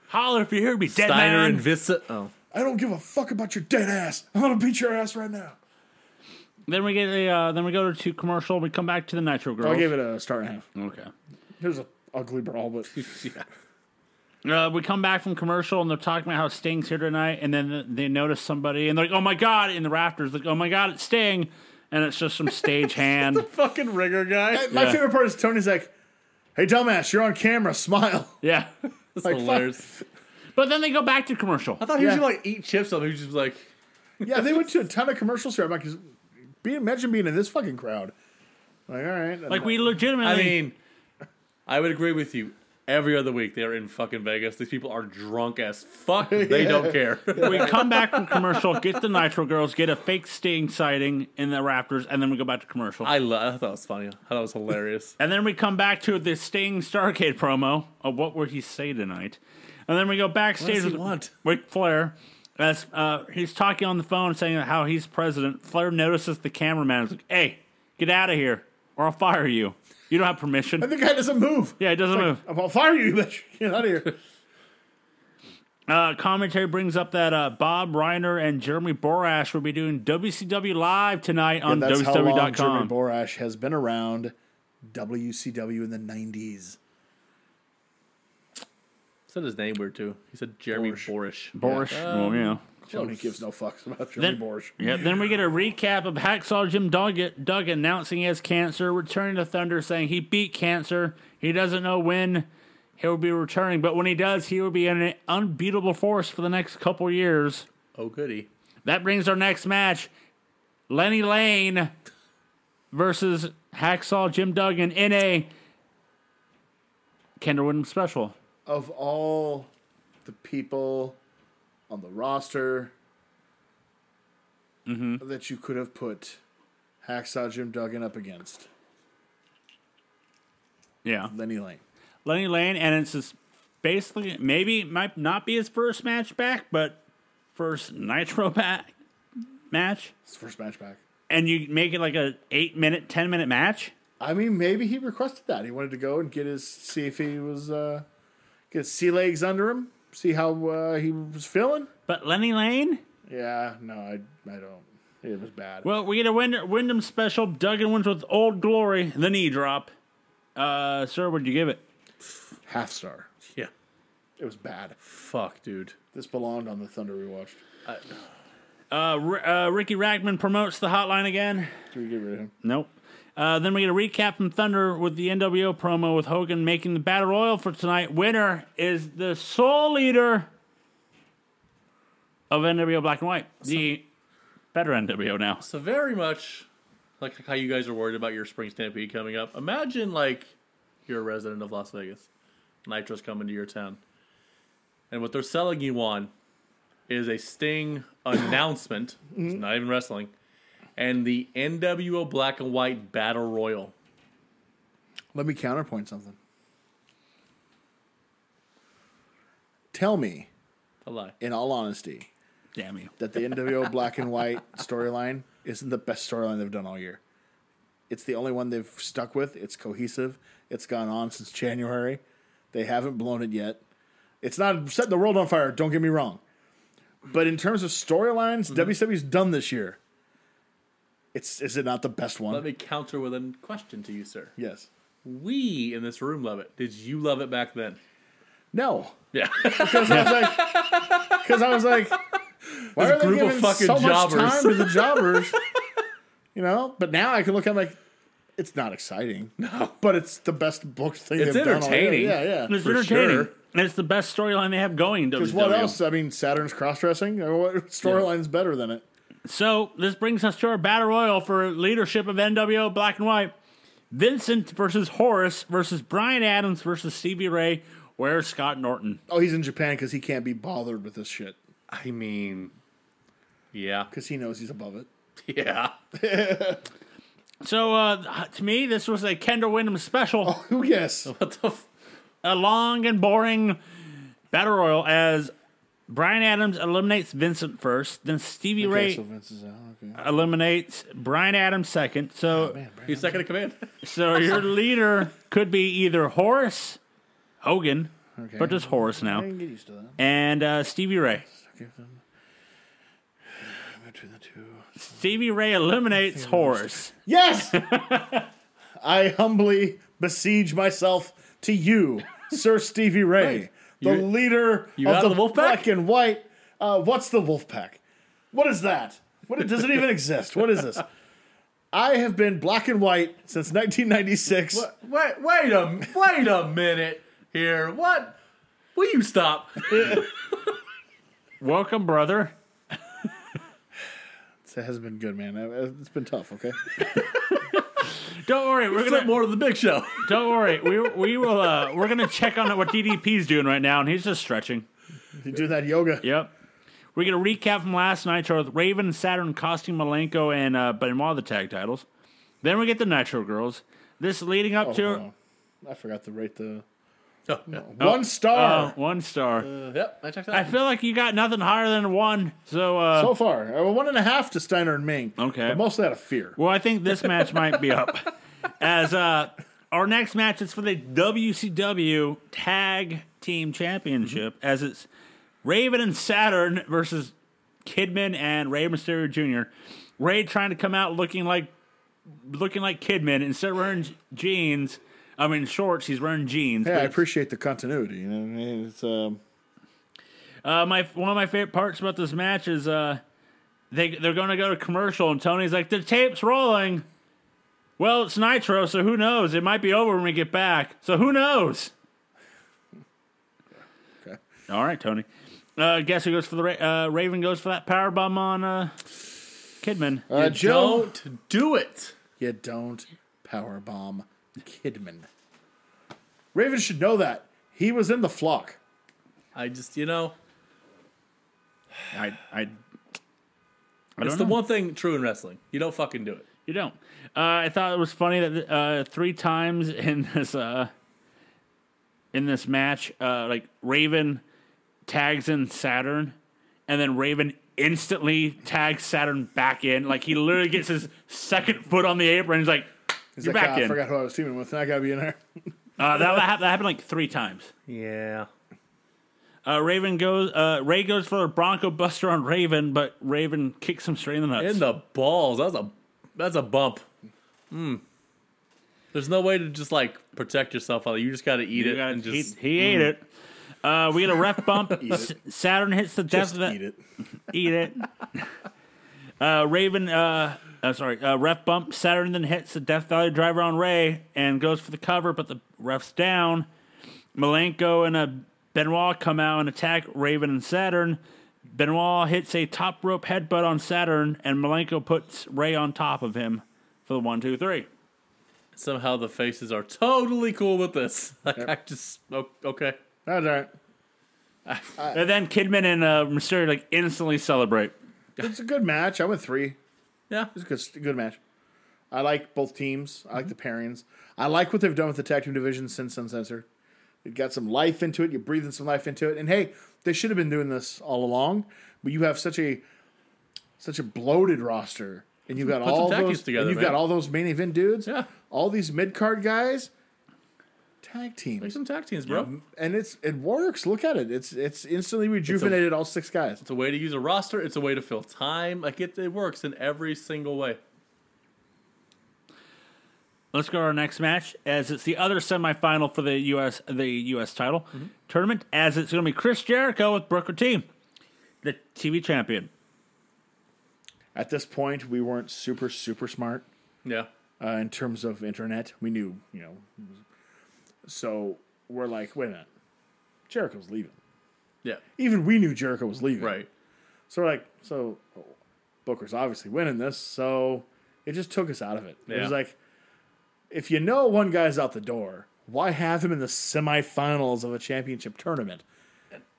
Holler if you hear me, dead
Steiner
man.
and Vista. Oh, <laughs>
I don't give a fuck about your dead ass. I'm gonna beat your ass right now.
then we get a, uh, then we go to commercial. We come back to the Nitro Girls.
I gave it a star and a half.
okay.
It was an ugly brawl, but
yeah.
Uh, we come back from commercial and they're talking about how Sting's here tonight, and then they notice somebody and they're like, "Oh my god!" in the rafters, like, "Oh my god, it's
<laughs>
Sting," and it's just some stage hand.
Fucking rigger guy.
my favorite part is Tony's like, hey dumbass, you're on camera, <laughs> smile.
Yeah.
That's
Like, fuck.
hilarious.
But then they go back to commercial.
I thought he was
Yeah.
gonna like eat chips up. He was just like,
Yeah, they went to a ton of commercials here. I'm like, "Is- be, imagine being in this fucking crowd. Like, all right.
Like we legitimately.
I mean, I would agree with you. Every other week they are in fucking Vegas. These people are drunk as fuck. They don't care. <laughs>
we come back from commercial, get the Nitro Girls, get a fake Sting sighting in the Raptors, and then we go back to commercial.
I love. I thought it was funny. I thought it was hilarious. <laughs>
And then we come back to the Sting Starcade promo of what would he say tonight. And then we go backstage
does he
with
want?
Ric Flair. As uh, he's talking on the phone saying how he's president, Flair notices the cameraman and is like, hey, get out of here or I'll fire you. You don't have permission.
and the guy doesn't move.
Yeah, it doesn't move.
I'm on fire, you <laughs> bitch. Get out of here.
Uh, commentary brings up that uh, Bob Reiner and Jeremy Borash will be doing WCW Live tonight on
And that's how long Jeremy
WCW.com.
Borash has been around WCW in the 90s.
said his name weird too. He said Jeremy Borish.
Borash. well, yeah. Um,
Tony gives no fucks about Jeremy
Then-
Borash.
Yep. Then we get a recap of Hacksaw Jim Duggan, Duggan announcing he has cancer, returning to Thunder, saying he beat cancer. He doesn't know when he'll be returning, but when he does, he will be an unbeatable force for the next couple years.
Oh goody.
That brings our next match Lenny Lane versus Hacksaw Jim Duggan in a Kendra Windham special.
Of all the people on the roster that you could have put Hacksaw Jim Duggan up against,
Yeah.
Lenny Lane.
Lenny Lane, and it's just basically maybe it might not be his first match back, but first Nitro <laughs> back match,
It's the first match back.
and you make it like a eight minute, ten minute match.
I mean, maybe he requested that. He wanted to go and get his see if he was uh, get his sea legs under him, see how uh, he was feeling.
But Lenny Lane,
Yeah, no, I I don't. It was bad.
well, we get a Wynd- Wyndham special. Duggan wins with Old Glory, the knee drop. Uh, sir, would you give it?
Half star.
Yeah.
It was bad.
Fuck, dude.
This belonged on the Thunder rewatched.
Uh, R- uh, Ricky Ragman promotes the hotline again.
Do we get rid of him?
Nope. Uh, then we get a recap from Thunder with the NWO promo with Hogan making the battle royal for tonight. Winner is the sole leader of NWO Black and White, the better NWO now.
So very much like how you guys are worried about your spring stampede coming up. Imagine like you're a resident of Las Vegas. Nitro's coming to your town. And what they're selling you on is a Sting <coughs> announcement. It's not even wrestling. And the NWO Black and White Battle Royal.
Let me counterpoint something. Tell me,
A lie.
in all honesty,
Damn you!
that the NWO <laughs> Black and White storyline isn't the best storyline they've done all year. It's the only one they've stuck with. It's cohesive. It's gone on since January. They haven't blown it yet. It's not setting the world on fire. Don't get me wrong. But in terms of
Mm-hmm.
storylines, WWE's done this year. It's is it not the best one?
Let me counter with a question to you, sir.
yes.
We in this room love it. Did you love it back then?
No.
Yeah.
Because I was like, because I was
<laughs>
like, why are they
group of
giving
fucking
so much
jobbers.
time to
<laughs>
the jobbers? you know, but now I can look at like, it's not exciting. No, but it's the best book thing.
It's
they've done all
entertaining.
year. Yeah, yeah.
It's
For
entertaining.
sure.
And it's the best storyline they have going. in
Because what
WCW.
else? I mean, Saturn's cross dressing. What storyline's better than it?
So this brings us to our battle royal for leadership of NWO Black and White. Vincent versus Horace versus Brian Adams versus Stevie Ray. Where's Scott Norton?
Oh, he's in Japan because he can't be bothered with this shit
I mean, yeah.
because he knows he's above it.
<laughs> Yeah.
So uh, to me, this was a Kendra Wyndham special.
Who yes?
What the f-
a long and boring battle royal as Brian Adams eliminates Vincent first, then Stevie
Okay,
Ray
so Vince is out. Okay.
eliminates Brian Adams second. So,
Oh, Man, Brandon.
He's second in command.
so your leader could be either Horace Hogan,
Okay.
but just Horace
I
now,
can get used to that.
and uh, Stevie Ray.
Give them between the two.
Stevie Ray eliminates Horace.
<laughs>
Yes! I humbly besiege myself to you, Sir Stevie Ray, the
You-
leader
you
of
out
the,
of the wolf
black
pack?
and white. Uh, what's the wolf pack? What is that? What does it even exist? What is this? I have been black and white since 1996.
Wait, wait a, wait a minute here. What? Will you stop?
Welcome, brother.
It hasn't been good, man. Uh, It's been tough. Okay.
Don't worry, we're gonna.
Flip more to the big show.
Don't worry, we we will. Uh, we're gonna check on what DDP's doing right now, and he's just stretching.
You do that yoga.
Yep. We're gonna recap from last Nitro with Raven, Saturn, Costing, Malenko, and uh, Benoit the tag titles. Then we get the Nitro girls. This leading up
Oh,
to
hold on. I forgot to rate the
Oh,
one star
Uh, one star.
Yep, I checked that.
I feel like you got nothing higher than one. So,
Oh.
uh,
so far. Uh, one and a half to Steiner and Ming.
Okay.
But mostly out of fear.
well, I think this match might be up. As uh, our next match is for the WCW Tag Team Championship,
Mm-hmm.
as it's Raven and Saturn versus Kidman and Ray Mysterio Jr. Ray trying to come out looking like looking like Kidman instead of wearing jeans. I mean shorts. He's wearing jeans.
Yeah,
but
I appreciate the continuity. You know, what I mean? it's um,
Uh, my one of my favorite parts about this match is uh, they they're going to go to commercial, and Tony's like, "The tape's rolling." Well, it's Nitro, so who knows? It might be over when we get back. So who knows?
Okay.
All right, Tony. Uh, guess who goes for the Ra- uh, Raven goes for that power bomb on uh, Kidman.
uh, Joe.
Don't do it.
You don't powerbomb Kidman. Raven should know that. He was in the flock.
I just, you know,
I I, I don't
it's
know.
the one thing true in wrestling. You don't fucking do it.
You don't. Uh, I thought it was funny that uh, three times <laughs> in this uh, in this match, uh, like Raven tags in Saturn, and then Raven instantly tags Saturn back in. Like he literally gets his second foot on the apron. He's like, "You're
like,
back
"Ah, I
in."
forgot who I was teaming with. and I gotta be in there.
Uh, that, hap- that happened like three times.
Yeah.
Uh, Raven goes. Uh, Ray goes for a Bronco Buster on Raven, but Raven kicks him straight in the nuts.
In the balls. That's a that's a bump. Mm. There's no way to just like protect yourself on it. You just gotta eat
You
it
gotta-
and
he,
just
he ate it. Uh, we get a ref
<laughs>
bump. S-
it.
Saturn hits the death
Just
of the
eat it.
eat it. Uh, Raven, uh, uh, sorry, uh, ref bump. Saturn then hits the Death Valley driver on Ray and goes for the cover, but the ref's down. Malenko and uh, Benoit come out and attack Raven and Saturn. Benoit hits a top rope headbutt on Saturn, and Malenko puts Ray on top of him for the one, two, three.
somehow the faces are totally cool with this. <laughs> Like I just o- okay.
That's all right.
and then Kidman and uh, Mysterio like instantly celebrate.
It's a good match. I went three.
Yeah.
It's a good, good match. I like both teams. I like the pairings. I like what they've done with the tag team division since Uncensored. It got some life into it. You're breathing some life into it. And hey, they should have been doing this all along. But you have such a such a bloated roster, and you've got
some
all
tag teams
those.
together,
and you've
man.
got all those main event dudes.
Yeah.
All these mid card guys. Tag
Make
teams.
some tag teams, bro.
And it's it works. Look at it. It's it's instantly rejuvenated all six guys.
It's a way to use a roster, it's a way to fill time. Like it, it works in every single way.
Let's go to our next match as it's the other semifinal for the US the US title
Mm-hmm.
tournament as it's going to be Chris Jericho with Brooker T, the TV champion.
At this point, we weren't super super smart.
Yeah.
uh, in terms of internet. We knew, you know. So we're like, wait a minute, Jericho's leaving.
Yeah.
Even we knew Jericho was leaving.
Right.
So we're like, so Booker's obviously winning this. So it just took us out of it. It
Yeah.
was like, if you know one guy's out the door, why have him in the semifinals of a championship tournament?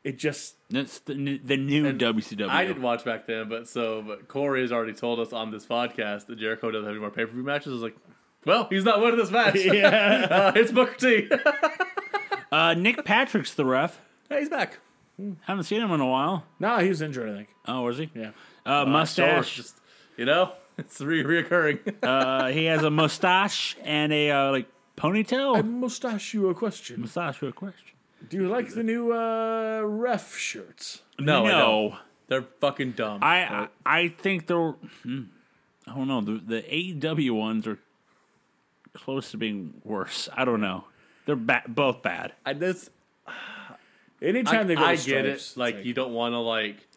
It just <laughs>
That's the, new- the new WCW.
I didn't watch back then, but so but Corey has already told us on this podcast that Jericho doesn't have any more pay per view matches. I was like, well, he's not winning this match. <laughs>
yeah.
uh, it's Booker T. <laughs>
uh, Nick Patrick's the ref.
hey, he's back.
Haven't seen him in a while.
nah, he was injured. I think.
Oh, was he?
Yeah.
Uh, mustache.
Sure, just you know, <laughs> it's re- reoccurring. <laughs>
uh, he has a mustache and a uh, like ponytail.
I must ask you a question.
mustache with a question.
Do you like the new uh, ref shirts?
no, I don't.
no.
they're fucking dumb.
I I, I think they're. hmm, I don't know. The, the AEW ones are close to being worse. I don't know. They're ba- both bad.
I this
Anytime
I,
they go, to
I get
stripes,
it.
it's
Like you don't want to like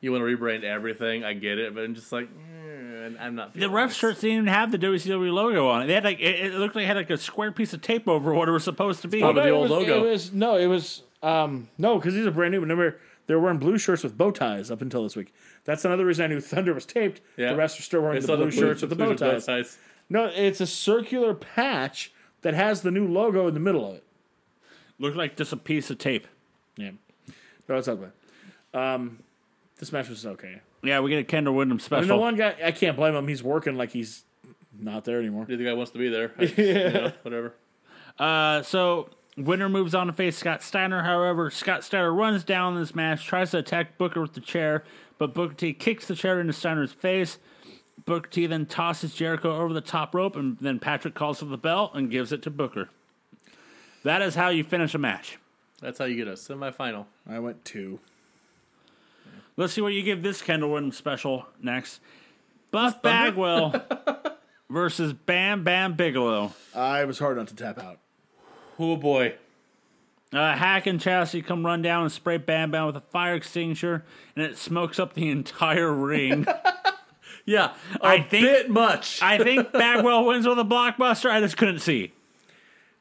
you want to rebrand everything. I get it, but I'm just like, eh, and I'm not.
The
feeling
ref
this.
shirts didn't even have the WCW logo on it. They had like it, it looked like it had like a square piece of tape over what it was supposed to be.
probably- But the
it
old
was-
logo.
It was no, it was um no, because these are brand new. But remember, they were wearing blue shirts with bow ties up until this week. That's another reason I knew <laughs> Thunder was taped.
Yeah.
The rest are still
I
wearing
saw
the blue, shirts with the bow ties.
ties.
No, it's a circular patch that has the new logo in the middle of it.
looked like just a piece of tape.
Yeah. No, it's ugly. Um, this match was okay.
Yeah, we get a Kendall Windham special.
And the one guy, I can't blame him. He's working like he's not there anymore.
The other guy wants to
<laughs>
be there. I just, you know, whatever.
Uh, so Winner moves on to face Scott Steiner. However, Scott Steiner runs down this match, tries to attack Booker with the chair, but Booker T kicks the chair into Steiner's face. Booker T then tosses Jericho over the top rope, and then Patrick calls for the bell and gives it to Booker. That is how you finish a match.
That's how you get a semifinal.
I went two.
Let's see what you give this Kendall Windham special next. Buff Bagwell <laughs> versus Bam Bam Bigelow.
I was hard not to tap out.
Oh boy.
Uh, Hack and Chastity come run down and spray Bam Bam with a fire extinguisher, and it smokes up the entire ring.
Yeah, a
I think-
bit much.
I think Bagwell wins with a blockbuster. I just couldn't see.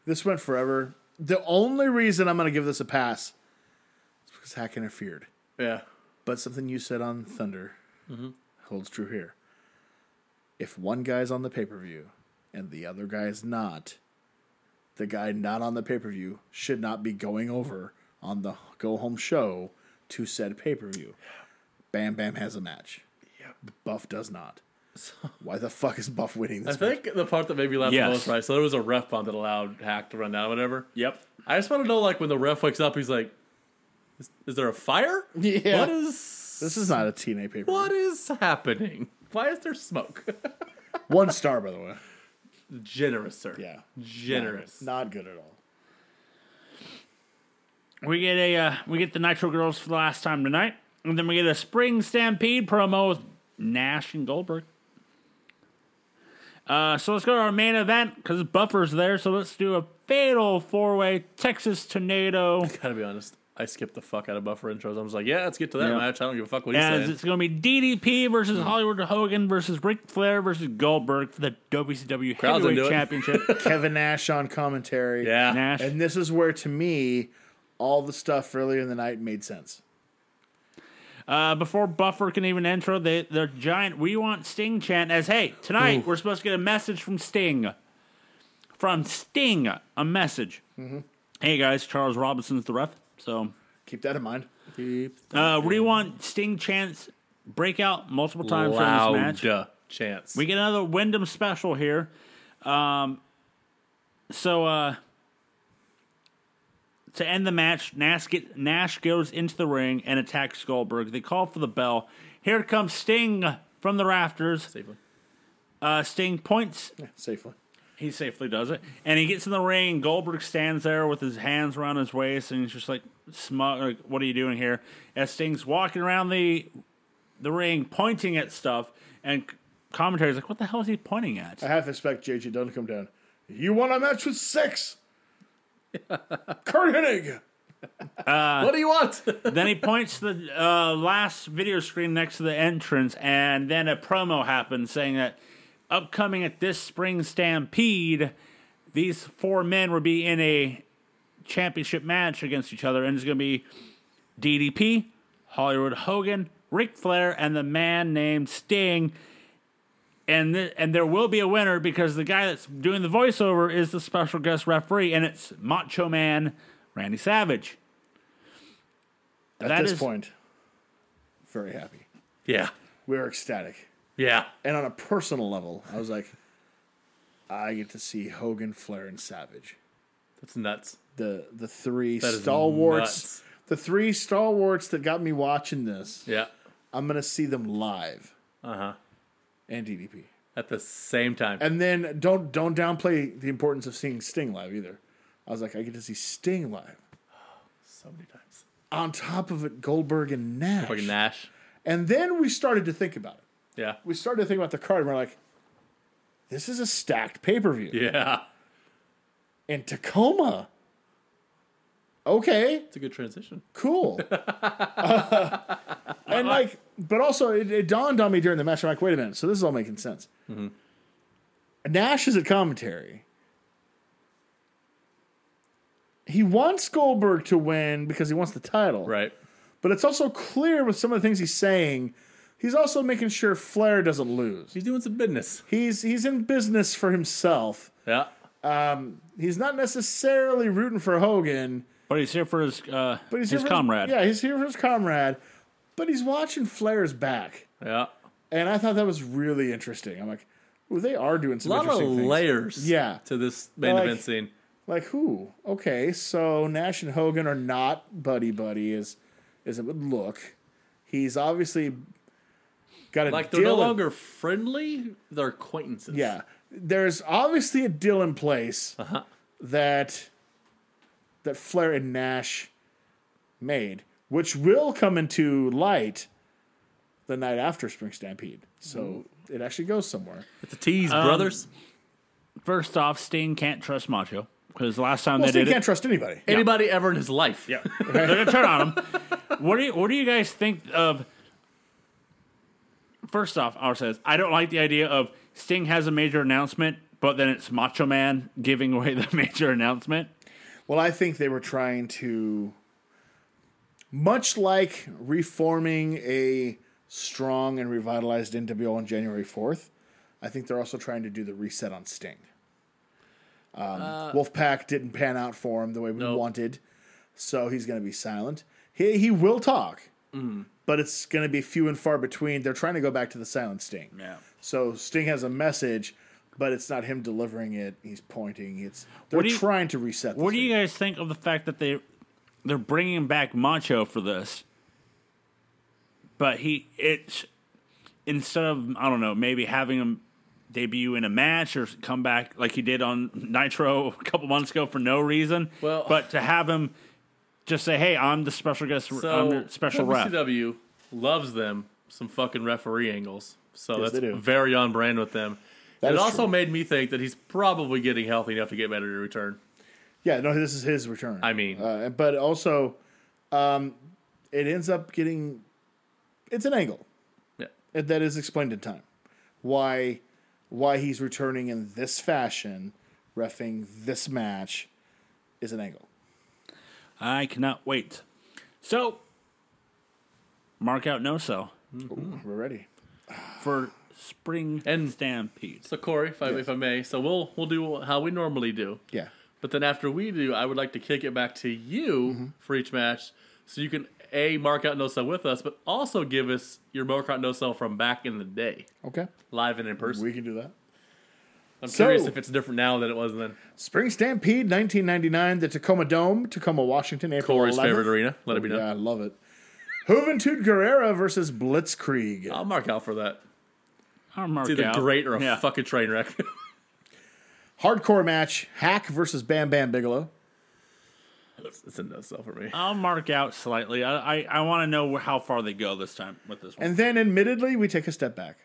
This went forever. The only reason I'm going to give this a pass is because Hack interfered.
yeah,
But something you said on Thunder holds true here. If one guy's on the pay per view and the other guy's not, the guy not on the pay per view should not be going over on the go home show to said pay per view. Bam Bam has a match. Buff does
<laughs>
not. Why the fuck is Buff winning
I
this? match?
think the part that made me laugh
Yes.
the most, right? So there was a ref bump that allowed Hack to run down, whatever.
Yep.
I just want to know, like, when the ref wakes up, he's like, "Is, is there a fire?
Yeah.
What is
This is not a TNA pay per
what
view.
is happening? Why is there smoke?" <laughs>
One star, by the way.
Generous, sir.
Yeah.
generous.
Not good at all.
We get a uh, we get the Nitro Girls for the last time tonight, and then we get a Spring Stampede promo with Nash and Goldberg. Uh, so let's go to our main event because Buffer's there. So let's do a fatal four way Texas Tornado.
Gotta be honest. I skipped the fuck out of buffer intros. I was like, "Yeah, let's get to that
Yeah.
match. I don't give a fuck what he's
As
saying."
it's going to be DDP
Hmm.
versus Hollywood Hogan versus Ric Flair versus Goldberg for the WCW
Crowd's into
Heavyweight
it.
Championship.
Kevin Nash on commentary.
<laughs> Yeah,
Nash.
And this is where, to me, all the stuff earlier in the night made sense.
Uh, before Buffer can even intro, the the giant "We Want Sting" chant as, "Hey, tonight we're supposed to get a message from Sting, from Sting, a message."
Mm-hmm.
Hey guys, Charles Robinson's the ref. So,
Keep that in mind.
uh, we want Sting chants break out multiple times
loud
during this match.
chance.
We get another Wyndham special here. Um, so uh, to end the match, Nash, get, Nash goes into the ring and attacks Goldberg. They call for the bell. Here comes Sting from the rafters.
Safely.
Uh, Sting points.
Safely.
He safely does it, and he gets in the ring. Goldberg stands there with his hands around his waist, and he's just like, smug, like "What are you doing here?" As Sting's walking around the the ring, pointing at stuff, and commentary's like, "What the hell is he pointing at?"
I half expect JJ Dunn to come down. You want a match with six? Kurt Hennig.
what do you <laughs> want?
then he points to the uh, last video screen next to the entrance, and then a promo happens saying that upcoming at this spring stampede, these four men will be in a championship match against each other, and it's going to be DDP, Hollywood Hogan, Ric Flair, and the man named Sting. And, th- and there will be a winner because the guy that's doing the voiceover is the special guest referee, and it's Macho Man Randy Savage.
At
That
this
is-
point, very happy.
yeah,
We were ecstatic.
yeah.
And on a personal level, I was like, I get to see Hogan, Flair, and Savage.
That's nuts.
The the three
is
stalwarts.
nuts.
The three stalwarts that got me watching this.
Yeah.
I'm gonna see them live.
Uh huh.
And DDP.
At the same time.
And then don't don't downplay the importance of seeing Sting live either. I was like, I get to see Sting live.
so many times.
On top of it, Goldberg and Nash.
Fucking Nash.
And then we started to think about it.
Yeah.
We started to think about the card and we're like, this is a stacked pay per view.
Yeah.
In Tacoma. Okay,
It's a good transition.
cool. Uh, and like But also, it, it dawned on me during the match. I'm like, wait a minute. So this is all making sense. Nash is at commentary. He wants Goldberg to win because he wants the title.
Right.
But it's also clear with some of the things he's saying, he's also making sure Flair doesn't lose.
He's doing some business.
He's he's in business for himself.
Yeah.
He's not necessarily rooting for Hogan,
But he's here for his uh,
but he's
his
here for
comrade.
yeah, he's here for his comrade. But he's watching Flair's back,
Yeah.
and I thought that was really interesting. I'm like, ooh, they are doing
A
some
lot of
interesting things.
layers
Yeah.
to this main
Like-
event scene.
like who? Okay, so Nash and Hogan are not buddy buddy as as it would look. He's obviously got a
Like they're
deal.
no
in-
longer friendly, they're acquaintances.
yeah, there's obviously a deal in place that that Flair and Nash made, which will come into light the night after Spring Stampede. So it actually goes somewhere.
It's a tease,
Um,
brothers.
First off, Sting can't trust Macho because last time
Well,
they
Sting
did
can't
it,
trust anybody.
Anybody ever in his life.
yeah, they're gonna turn on
<laughs>
him. What do you What do you guys think of? First off, our says I don't like the idea of Sting has a major announcement, but then it's Macho Man giving away the <laughs> major announcement.
Well, I think they were trying to, much like reforming a strong and revitalized NWO on January 4th, I think they're also trying to do the reset on Sting.
Uh,
Um, Wolfpack didn't pan out for him the way we
Nope.
wanted, so he's going to be silent. He, he will talk,
Mm.
but it's going to be few and far between. They're trying to go back to the silent Sting.
Yeah.
So Sting has a message, but it's not him delivering it. He's pointing. It's they're
do you-
trying to reset. the
What do you guys think of the fact that they they're bringing back Macho for this? But he it's instead of I don't know maybe having him debut in a match or come back like he did on Nitro <laughs> a couple months ago for no reason.
Well-
but to have him just say, "Hey, I'm the special guest. I'm
So
your special ref."
WCW loves them some fucking referee angles. So
Yes,
that's
they do.
very on brand with them.
That
it
is
also
true.
made me think that he's probably getting healthy enough to get better to return.
Yeah, no, this is his return.
I mean,
uh, but also, um, it ends up getting it's an angle
yeah.
that is explained in time why why he's returning in this fashion, refing this match is an angle.
I cannot wait. So mark out no so
Hmm.
We're ready.
for spring
And-
stampede.
So Corey, if I, if I may, so we'll we'll do how we normally do.
Yeah,
But then after we do, I would like to kick it back to you
Mm-hmm.
for each match, so you can a mark out no sell with us, but also give us your mark out no sell from back in the day,
okay,
live and in person.
we can do that.
I'm
So-
curious if it's different now than it was then.
Spring Stampede, 1999, the Tacoma Dome, Tacoma, Washington, April
Corey's
11th.
favorite arena. Let it be known.
Yeah, I love it. Juventud Guerrera versus Blitzkrieg.
I'll mark out for that.
I'll mark
It's either
out.
great or a
Yeah.
fucking train wreck. <laughs>
Hardcore match, Hack versus Bam Bam Bigelow.
it's a no sell for me.
I'll mark out slightly. I I, I want to know how far they go this time with this one.
And then, admittedly, we take a step back.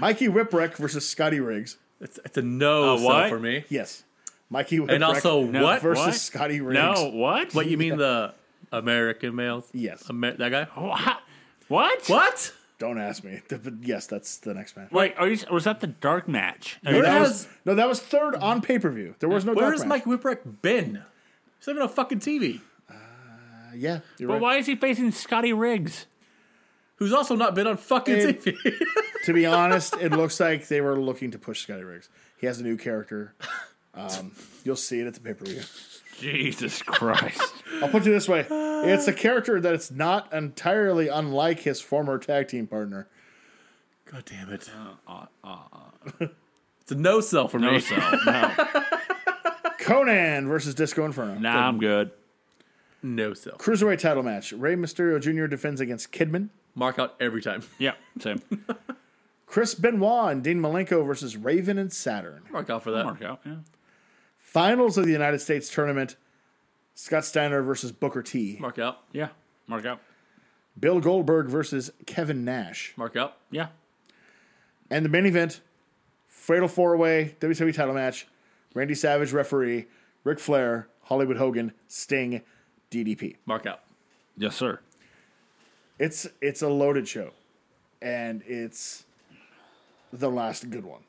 Mikey Whipwreck versus Scotty Riggs.
It's, it's a no
A
sell
what?
for me.
Yes, Mikey Whipwreck
And also, what?
versus
what?
Scotty Riggs.
no, what?
<laughs> What you mean the American males?
Yes.
Amer- that guy.
What? What?
Oh. What?
don't ask me. Th- but yes, that's the next match.
Wait, are you, was that the dark match? I
No,
mean,
Where
that
has-
was, no, that was third on pay per view. There was no.
Where
dark
has
match.
Mike Whipwreck been? He's not even on fucking TV.
Uh, yeah, you're
but
right.
why is he facing Scotty Riggs?
Who's also not been on fucking
And-
TV.
to be honest,
<laughs>
it looks like they were looking to push Scotty Riggs. He has a new
<laughs>
character. Um, you'll see it at the pay per view.
Jesus <laughs> Christ!
I'll put it this
<sighs>
way: it's a character that it's not entirely unlike his former tag team partner.
God damn it. <laughs> It's a no sell for
no,
me.
so, no.
Conan versus Disco Inferno.
<laughs> Nah, I'm good.
<laughs> No sell.
Cruiserweight title match. Rey Mysterio Jr. defends against Kidman.
Mark out every time. <laughs>
Yeah, same.
Chris Benoit and Dean Malenko versus Raven and Saturn.
Mark out for that.
Uh, Mark out. Yeah.
Finals of the United States tournament. Scott Steiner versus Booker T.
Mark out.
Yeah. Mark out.
Bill Goldberg versus Kevin Nash.
Mark out.
Yeah.
And the main event, Fatal Four Way WWE E title match. Randy Savage referee, Ric Flair, Hollywood Hogan, Sting, DDP.
Mark out.
Yes, sir.
It's it's a loaded show, and it's the last good one.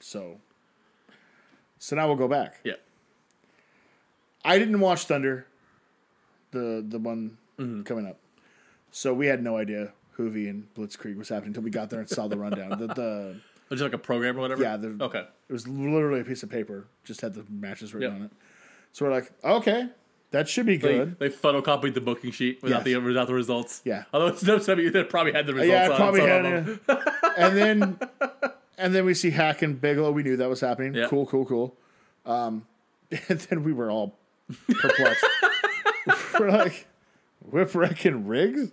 So, so now we'll go back.
Yeah.
I didn't watch Thunder, the the one coming up, so we had no idea Hoovy and Blitzkrieg was happening until we got there and saw the rundown. the, the
Oh, just like a program or whatever?
Yeah, the-
Okay.
it was literally a piece of paper, just had the matches written
Yep.
on it. So we're like, okay, that should be
They,
good.
they photocopied the booking sheet without
Yes.
the without the results.
Yeah.
Although it's WWE that probably had the results
yeah,
on
I probably
some
had
of them.
it. <laughs> and then
<laughs>
and then we see Hack and Bigelow. We knew that was happening.
Yeah.
Cool, cool, cool. Um, <laughs> and then we were all
<laughs>
perplexed. <laughs> we're like, Whipwreck and Riggs.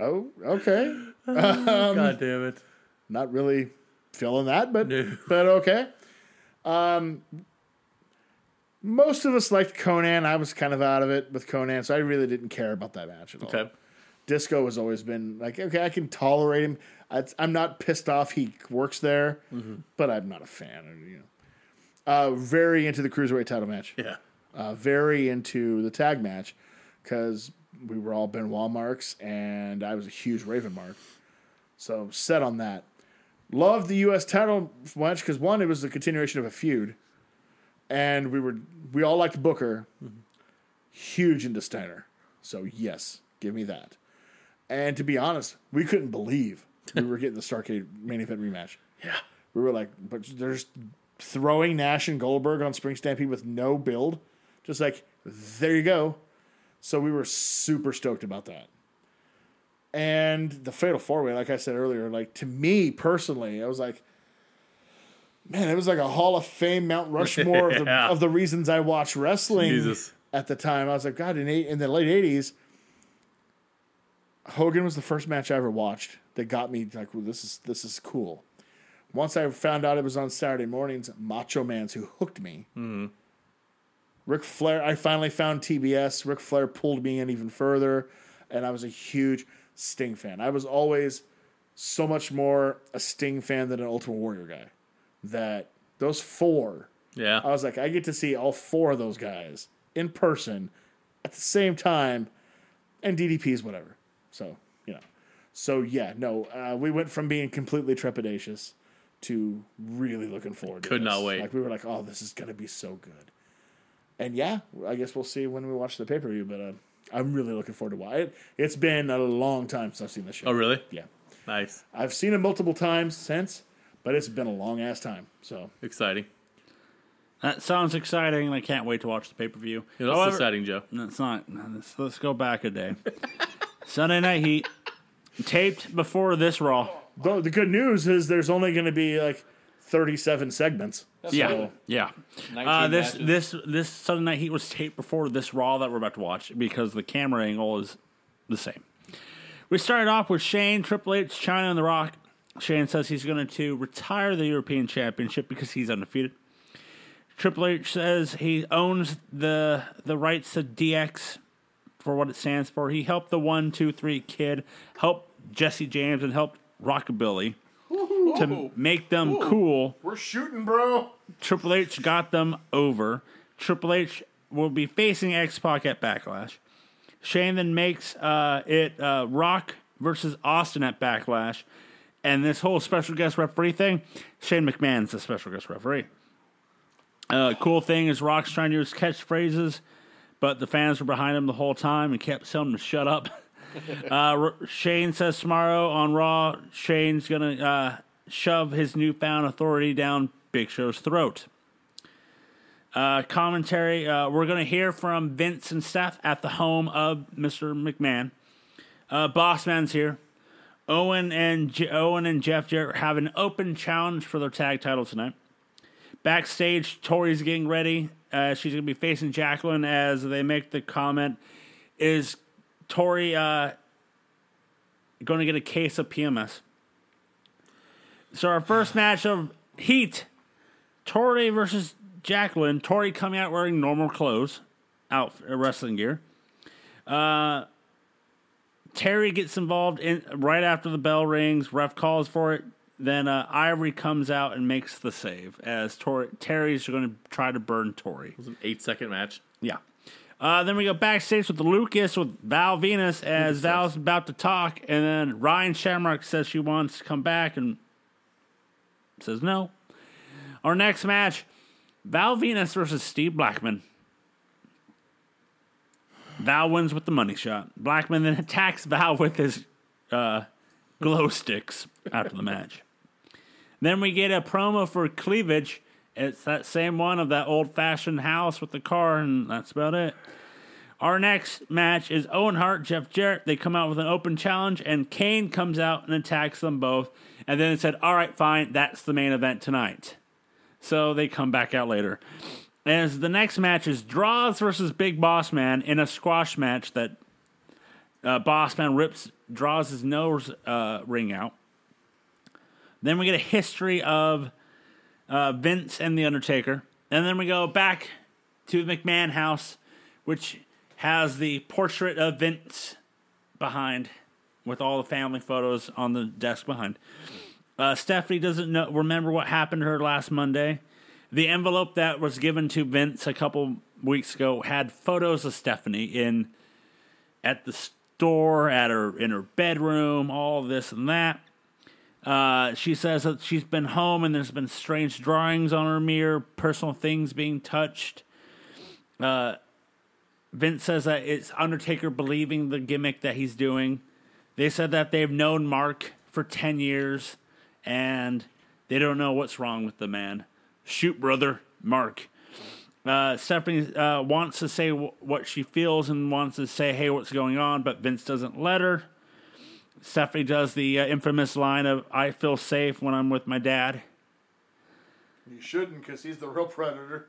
Oh, okay.
God damn it.
Not really feeling that, but
No. <laughs>
but okay. Um, most of us liked Conan. I was kind of out of it with Conan, so I really didn't care about that match at all.
Okay.
Disco has always been like, okay, I can tolerate him. I, I'm not pissed off he works there,
Mm-hmm.
but I'm not a fan. Of, you know. uh, very into the cruiserweight title match.
Yeah.
Uh, very into the tag match because we were all Benoit marks, and I was a huge Raven mark. So set on that. Loved the U.S. title match because one, it was the continuation of a feud, and we were we all liked Booker. Huge into Steiner, so yes, give me that. And to be honest, we couldn't believe we were getting the Starcade main event rematch.
Yeah.
We were like, but they're just throwing Nash and Goldberg on Spring Stampede with no build. Just like, there you go. So we were super stoked about that. And the Fatal Four Way, like I said earlier, like to me personally, I was like, man, it was like a Hall of Fame
<laughs>
Mount Rushmore of, the,
Yeah.
of the reasons I watch wrestling
Jesus.
at the time. I was like, God, in, eight, in the late 80s, Hogan was the first match I ever watched that got me like, well, this is this is cool. Once I found out it was on Saturday mornings, Macho Man's who hooked me. Ric Flair, I finally found TBS. Ric Flair pulled me in even further, and I was a huge Sting fan. I was always so much more a Sting fan than an Ultimate Warrior guy. That those four
Yeah.
I was like, I get to see all four of those guys in person at the same time, and DDP's whatever. So you know, so yeah, no, uh, we went from being completely trepidatious to really looking forward.
Could
to this.
not wait.
Like we were like, oh, this is gonna be so good. And yeah, I guess we'll see when we watch the pay per view. But uh, I'm really looking forward to why it. It's been a long time since I've seen this show.
oh, really?
Yeah,
Nice.
I've seen it multiple times since, but it's been a long ass time. So
Exciting.
That sounds exciting. and I can't wait to watch the pay per view.
Yeah, that's exciting, Joe.
That's not. no, Let's, let's go back a day. <laughs> Sunday Night Heat, taped before this Raw.
The, the good news is there's only going to be like 37 segments.
yeah,
So,
yeah.
19
Uh, this
matches.
this this Sunday Night Heat was taped before this Raw that we're about to watch because the camera angle is the same. We started off with Shane, Triple H, China, and The Rock. Shane says he's going to retire the European Championship because he's undefeated. Triple H says he owns the the rights to DX for what it stands for. He helped the one, two, three kid, helped Jesse James, and helped Rockabilly to make them cool.
we're shooting, bro.
Triple H got them over. Triple H will be facing X Pac at Backlash. Shane then makes uh, it uh, Rock versus Austin at Backlash. And this whole special guest referee thing, Shane McMahon's the special guest referee. Uh, cool thing is Rock's trying to use catchphrases, but the fans were behind him the whole time and kept telling him to shut up. <laughs> uh, R- Shane says tomorrow on Raw, Shane's gonna uh, shove his newfound authority down Big Show's throat. Uh, commentary: uh, We're gonna hear from Vince and Steph at the home of Mr. McMahon. Uh, Bossman's here. Owen and J- Owen and Jeff Jarrett have an open challenge for their tag title tonight. Backstage, Tori's getting ready. Uh, she's going to be facing Jacqueline as they make the comment Is Tori uh, going to get a case of PMS? So, our first match of Heat Tori versus Jacqueline. Tori coming out wearing normal clothes, out uh, wrestling gear. Uh, Terry gets involved in right after the bell rings. Ref calls for it. Then uh, Ivory comes out and makes the save as Tor- Terry's going to try to burn Tori.
It was an eight second match.
Yeah. Uh, then we go backstage with Lucas with Val Venus as Val's about to talk, and then Ryan Shamrock says she wants to come back and says no. Our next match, Val Venus versus Steve Blackman. Val wins with the money shot. Blackman then <laughs> attacks Val with his uh, glow sticks after the match. Then we get a promo for Cleavage. It's that same one of that old fashioned house with the car, and that's about it. Our next match is Owen Hart, Jeff Jarrett. They come out with an open challenge, and Kane comes out and attacks them both. And then it said, All right, fine, that's the main event tonight. So they come back out later. As the next match is Draws versus Big Boss Man in a squash match that uh, Boss Man rips Draws' his nose uh, ring out. Then we get a history of uh, Vince and The Undertaker. And then we go back to the McMahon house, which has the portrait of Vince behind with all the family photos on the desk behind. Uh, Stephanie doesn't know, remember what happened to her last Monday. The envelope that was given to Vince a couple weeks ago had photos of Stephanie in at the store, at her in her bedroom, all this and that. Uh, she says that she's been home and there's been strange drawings on her mirror, personal things being touched. Uh, Vince says that it's Undertaker believing the gimmick that he's doing. They said that they've known Mark for 10 years and they don't know what's wrong with the man. Shoot, brother, Mark. Uh, Stephanie uh, wants to say w- what she feels and wants to say, hey, what's going on, but Vince doesn't let her. Stephanie does the uh, infamous line of "I feel safe when I'm with my dad."
You shouldn't, because he's the real predator.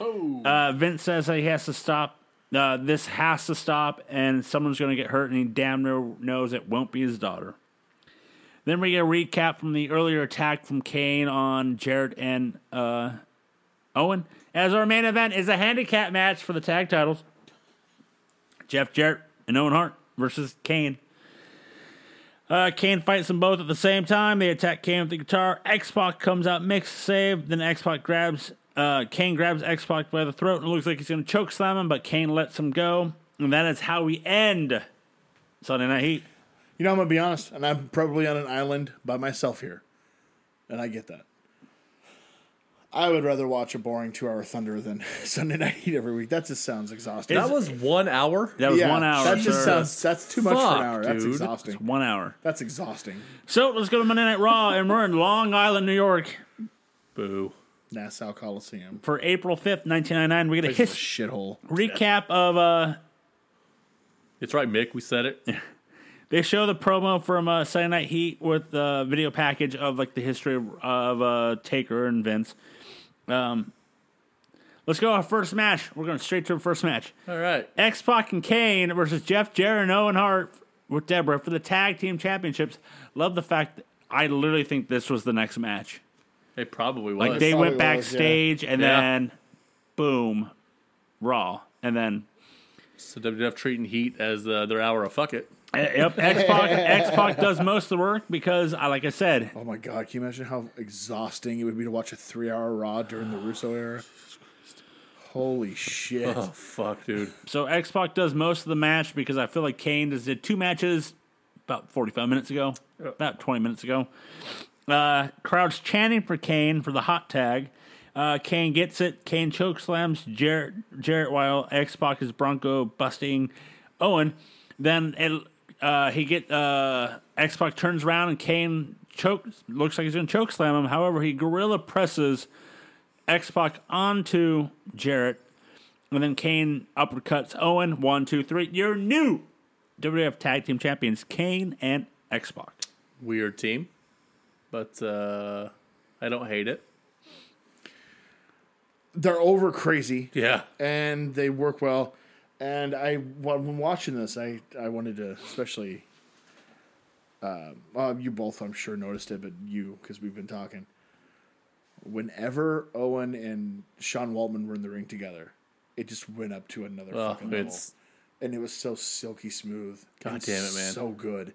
Oh,
Uh, Vince says that he has to stop. Uh, this has to stop, and someone's going to get hurt, and he damn near knows it won't be his daughter. Then we get a recap from the earlier attack from Kane on Jared and uh, Owen. As our main event is a handicap match for the tag titles Jeff Jarrett and Owen Hart versus Kane. Uh, Kane fights them both at the same time. They attack Kane with the guitar. X Pac comes out, makes a save. Then X Pac grabs uh, Kane grabs X Pac by the throat and looks like he's going to choke slam him, but Kane lets him go. And that is how we end Sunday Night Heat.
You know, I'm gonna be honest, and I'm probably on an island by myself here, and I get that. I would rather watch a boring two-hour Thunder than <laughs> Sunday Night Heat every week. That just sounds exhausting.
that was one hour.
That was one hour.
That just
sir.
sounds that's too much for
Fuck,
an hour. That's
dude.
It's
exhausting.
one hour.
That's exhausting.
So let's go to Monday Night Raw, and we're in Long Island, New York,
Boo.
Nassau Coliseum.
for April fifth, nineteen ninety nine. We get a
Place is
his-
a shithole.
recap of uh,
It's right, Mick. We said it.
They show the promo from uh, Sunday Night Heat with the video package of like the history of, of uh, Taker and Vince. Um, let's go our first match. We're going straight to our first match:
All right.
X Pac and Kane versus Jeff Jarrett and Owen Hart with Deborah for the tag team championships. Love the fact that I literally think this was the next match.
It probably was.
Like they
probably
went
was, yeah.
backstage and
Yeah.
then boom, Raw, and
<laughs>
then
So WWF treating Heat as uh, their hour of fuck it.
uh, yep, X Pac X Pac does most of the work because I like I said
Oh my god, can you imagine how exhausting it would be to watch a three-hour Raw during the Russo
<sighs>
era? Holy shit!
Oh fuck, dude.
So X Pac does most of the match because I feel like Kane just did two matches about 45 minutes ago, about 20 minutes ago. Uh, crowd's chanting for Kane for the hot tag. Uh, Kane gets it. Kane choke slams Jarrett, Jarrett while X Pac is Bronco busting Owen. Then it, uh, he get uh, X Pac turns around and Kane chokes. Looks like he's going to choke slam him. However, he gorilla presses X Pac onto Jarrett. And then Kane uppercuts Owen. One, two, three. You're new WWF Tag Team Champions, Kane and Xbox.
Weird team, but uh, I don't hate it.
They're over crazy.
Yeah.
and they work well. And I, while when watching this, I, I wanted to especially, um, uh, you both, I'm sure, noticed it, but you, because we've been talking. Whenever Owen and Sean Waltman were in the ring together, it just went up to another
Oh,
fucking level.
it's
And it was so silky smooth.
God
and
damn it, man.
So good.